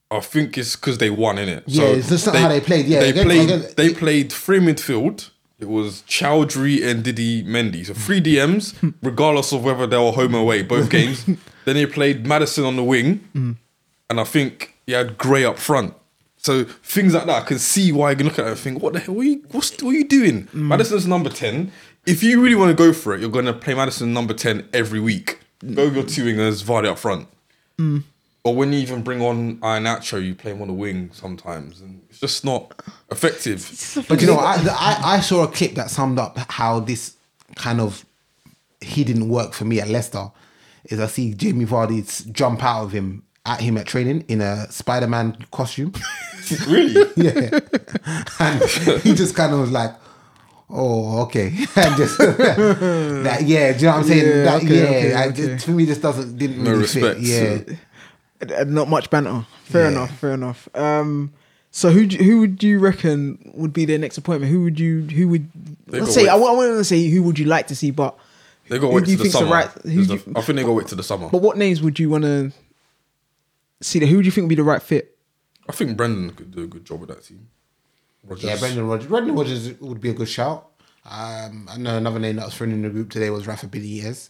Speaker 3: I think it's because they won in it.
Speaker 2: Yeah, it's just not how they played, yeah.
Speaker 3: they
Speaker 2: Against-
Speaker 3: played.
Speaker 2: against-
Speaker 3: they played three midfield. It was Chowdhury and Didi Mendy. So three DMs, regardless of whether they were home or away, both games. then they played Madison on the wing,
Speaker 2: Mm.
Speaker 3: and I think he had Gray up front. So things like that, I can see why you can look at it and think, what the hell? What are you, what's, what are you doing?
Speaker 2: Mm.
Speaker 3: Madison's number ten. If you really want to go for it, you're going to play Madison number ten every week. Go with your two wingers, Vardy up front. Or when you even bring on Iheanacho, you play him on the wing sometimes, and it's just not effective.
Speaker 2: But you know, I, I I saw a clip that summed up how this kind of he didn't work for me at Leicester. Is I see Jamie Vardy's jump out of him at him at training in a Spider Man costume.
Speaker 3: really?
Speaker 2: yeah, and he just kind of was like, "Oh, okay," and just that. Yeah, do you know what I'm saying?
Speaker 1: Yeah,
Speaker 2: that,
Speaker 1: okay,
Speaker 2: yeah,
Speaker 1: okay,
Speaker 2: I-
Speaker 1: okay.
Speaker 2: for me, this doesn't didn't
Speaker 3: No
Speaker 2: really
Speaker 3: respect.
Speaker 2: fit. Yeah,
Speaker 1: And- and Not much banter. Fair
Speaker 2: Yeah.
Speaker 1: enough. Fair enough. Um, so who do- who would you reckon would be their next appointment? Who would you who would let's
Speaker 3: got
Speaker 1: say
Speaker 3: wait-
Speaker 1: I, wa- I wouldn't say who would you like to see, but
Speaker 3: They got
Speaker 1: Who
Speaker 3: wait
Speaker 1: do you
Speaker 3: to the
Speaker 1: think's the
Speaker 3: summer.
Speaker 1: right- who
Speaker 3: There's
Speaker 1: do
Speaker 3: a-
Speaker 1: you-
Speaker 3: I think they got wait to the summer.
Speaker 1: but what names would you want to see? That who would you think would be the right fit?
Speaker 3: I think Brendan could do a good job with that team. Rogers.
Speaker 2: yeah. Brendan Rodgers, Brendan Rodgers would be a good shout. Um, I know another name that was thrown in the group today was Rafa Benitez,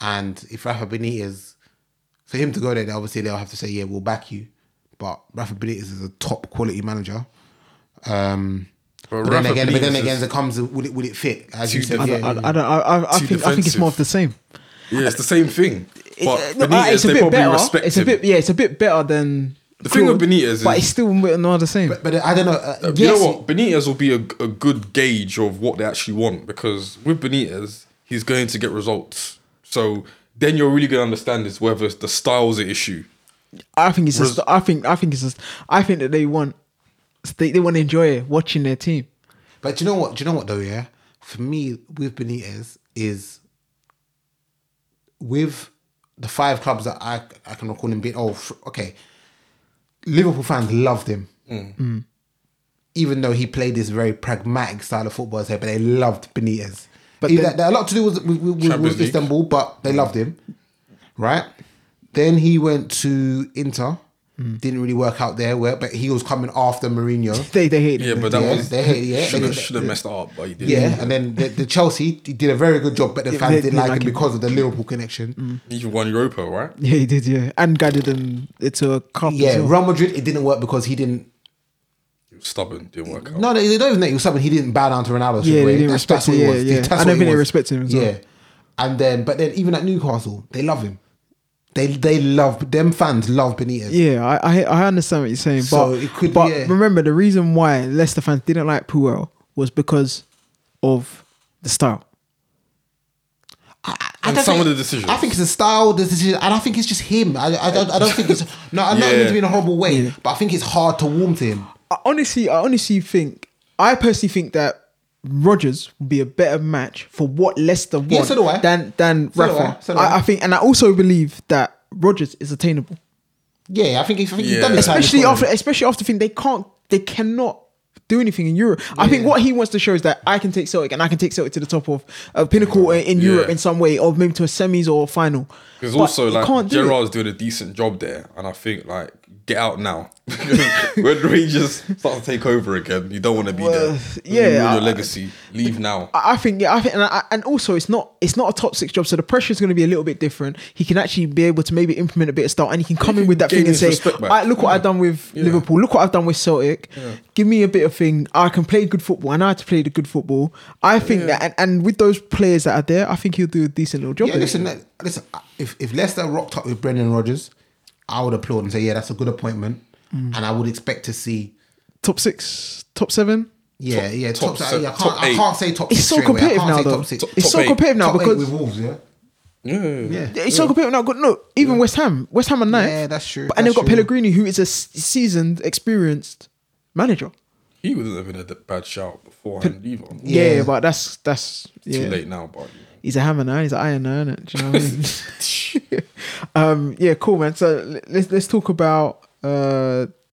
Speaker 2: and if Rafa Benitez, for him to go there, then obviously they'll have to say, "Yeah, we'll back you." But Rafa Benitez is a top quality manager. Um,
Speaker 3: But
Speaker 2: but then
Speaker 3: Rafa
Speaker 2: again, but then
Speaker 3: Benitez
Speaker 2: again,
Speaker 3: is-
Speaker 2: it comes. Will it will it fit? As you
Speaker 3: Too
Speaker 2: said,
Speaker 1: I
Speaker 3: different.
Speaker 2: yeah,
Speaker 1: don't,
Speaker 2: yeah.
Speaker 1: I, I, don't, I, I, I
Speaker 3: Hmm. Too
Speaker 1: think I think it's more of the same.
Speaker 3: Yeah, it's the same thing. But
Speaker 1: No, uh,
Speaker 3: Benitez,
Speaker 1: it's a
Speaker 3: they
Speaker 1: bit
Speaker 3: probably
Speaker 1: better.
Speaker 3: respect
Speaker 1: It's a
Speaker 3: him.
Speaker 1: bit yeah. It's a bit better than
Speaker 3: The thing with
Speaker 1: Klopp,
Speaker 3: Benitez
Speaker 1: but
Speaker 3: is-
Speaker 1: it's still not the same.
Speaker 2: But I don't know. Uh, yes,
Speaker 3: You know what? Benitez will be a, a good gauge of what they actually want because with Benitez, he's going to get results. So then you're really going to understand is whether it's the style's the issue.
Speaker 1: I think it's just. I think. I think it's just. I think that they want. They, they want to enjoy watching their team.
Speaker 2: But do you know what? Do you know what though? Yeah, for me with Benitez is with the five clubs that I I can recall him being. Oh, f- okay. Liverpool fans loved him,
Speaker 3: Mm.
Speaker 2: Mm. even though he played this very pragmatic style of football. As I said, but they loved Benitez. But
Speaker 1: then-
Speaker 2: that, that a lot to do with, with, with, with,
Speaker 3: Champions
Speaker 2: with
Speaker 3: League. Mm.
Speaker 2: Istanbul, but they loved him, right? Then he went to Inter. Didn't really work out there, where but he was coming after Mourinho.
Speaker 1: They they hate.
Speaker 3: Yeah,
Speaker 1: it.
Speaker 3: but that
Speaker 2: Yeah,
Speaker 3: was
Speaker 2: they hate- yeah,
Speaker 3: should,
Speaker 2: they-
Speaker 3: have, should have messed it up, but he didn't.
Speaker 2: Yeah, and then the, the Chelsea he did a very good job, but the fans
Speaker 1: Mm. they-
Speaker 2: didn't
Speaker 1: they
Speaker 2: like
Speaker 1: like
Speaker 2: him
Speaker 1: him. Mm.
Speaker 2: because of the Liverpool connection.
Speaker 3: He even won Europa, right?
Speaker 1: yeah, he did. Yeah, and guided them to a cup. as
Speaker 2: Yeah,
Speaker 1: well.
Speaker 2: Real Madrid it didn't work because he didn't.
Speaker 3: He was stubborn, didn't work out.
Speaker 2: No, they, they don't even know he was something. He didn't bow down to Ronaldo. straight
Speaker 1: they
Speaker 2: away.
Speaker 1: didn't
Speaker 2: That's-
Speaker 1: respect
Speaker 2: that's what
Speaker 1: him,
Speaker 2: it
Speaker 1: yeah,
Speaker 2: was.
Speaker 1: yeah.
Speaker 2: That's
Speaker 1: I
Speaker 2: what
Speaker 1: don't
Speaker 2: it
Speaker 1: think they
Speaker 2: was.
Speaker 1: respected him as
Speaker 2: Yeah,
Speaker 1: well.
Speaker 2: and then but then even at Newcastle they love him. They they love them fans love Benitez.
Speaker 1: Yeah, I, I I understand what you're saying,
Speaker 2: So
Speaker 1: but
Speaker 2: it could-
Speaker 1: but
Speaker 2: yeah.
Speaker 1: remember the reason why Leicester fans didn't like Puel was because of the style.
Speaker 2: I
Speaker 3: And
Speaker 2: don't
Speaker 3: some
Speaker 2: think-
Speaker 3: of the decisions.
Speaker 2: I think it's the style, the decision, and I think it's just him. I, I don't I don't think it's no. I don't mean
Speaker 3: Yeah.
Speaker 2: to be in a horrible way, but I think it's hard to warm to him.
Speaker 1: I honestly, I honestly think I personally think that Rogers would be a better match for what Leicester want
Speaker 2: Yeah, so do I.
Speaker 1: than than
Speaker 2: So do
Speaker 1: Rafa.
Speaker 2: I, so do I.
Speaker 1: I, I think, and I also believe that Rogers is attainable.
Speaker 2: Yeah, I think, I think he's
Speaker 3: Yeah.
Speaker 2: done this.
Speaker 3: Especially
Speaker 2: like this
Speaker 1: especially
Speaker 2: for him.
Speaker 1: after especially after thing they can't they cannot do anything in Europe. I think what he wants to show is that I can take Celtic and I can take Celtic to the top of a pinnacle in, in
Speaker 3: Yeah.
Speaker 1: Europe in some way, or maybe to a semis or a final.
Speaker 3: Because
Speaker 1: But
Speaker 3: also
Speaker 1: he
Speaker 3: like
Speaker 1: can't do it.
Speaker 3: Gerard's doing a decent job there, and I think like get out now. when Rangers start to take over again, you don't want to be there. You
Speaker 1: yeah,
Speaker 3: ruin
Speaker 1: I-
Speaker 3: your legacy. Leave now.
Speaker 1: I I think yeah, I think, and, I, and also it's not it's not a top six job, so the pressure is going to be a little bit different. He can actually be able to maybe implement a bit of style, and he can come in with that
Speaker 3: gain
Speaker 1: thing and
Speaker 3: his
Speaker 1: say,
Speaker 3: respect back.
Speaker 1: I, "Look what I've done with Liverpool. Look what I've done with Celtic. Give me a bit of thing. I can play good football. I know how to play the good football. I think that, and, and with those players that are there, I think he'll do a decent little job.
Speaker 2: Yeah,
Speaker 1: there.
Speaker 2: listen, le- listen. I- If if Leicester rocked up with Brendan Rodgers, I would applaud and say, yeah, that's a good appointment,
Speaker 1: Mm.
Speaker 2: and I would expect to see.
Speaker 1: top six, top seven.
Speaker 2: Yeah, yeah,
Speaker 3: top
Speaker 2: top,
Speaker 3: se-
Speaker 2: seven. I, can't,
Speaker 3: top
Speaker 2: I
Speaker 3: eight.
Speaker 2: can't say top
Speaker 1: It's
Speaker 2: six.
Speaker 1: so
Speaker 2: straight away. I
Speaker 1: competitive
Speaker 2: can't
Speaker 1: now,
Speaker 2: say
Speaker 1: though.
Speaker 2: top six.
Speaker 1: It's so
Speaker 3: eight.
Speaker 1: competitive now
Speaker 2: Top eight
Speaker 1: because
Speaker 2: with Wolves, yeah, yeah,
Speaker 1: It's so competitive now. Good- No, even West Ham. West Ham are ninth.
Speaker 2: Yeah, that's true,
Speaker 1: But, and
Speaker 2: that's
Speaker 1: they've got
Speaker 2: true.
Speaker 1: Pellegrini, who is a s- seasoned, experienced manager.
Speaker 3: He wouldn't have been a d- bad shout beforehand either.
Speaker 1: Yeah, but that's that's
Speaker 3: Too
Speaker 1: yeah.
Speaker 3: late now, but
Speaker 1: He's a hammer now. He's an iron now. Isn't it? Do you know what I mean? um, yeah, cool, man. So l- let's let's talk about uh,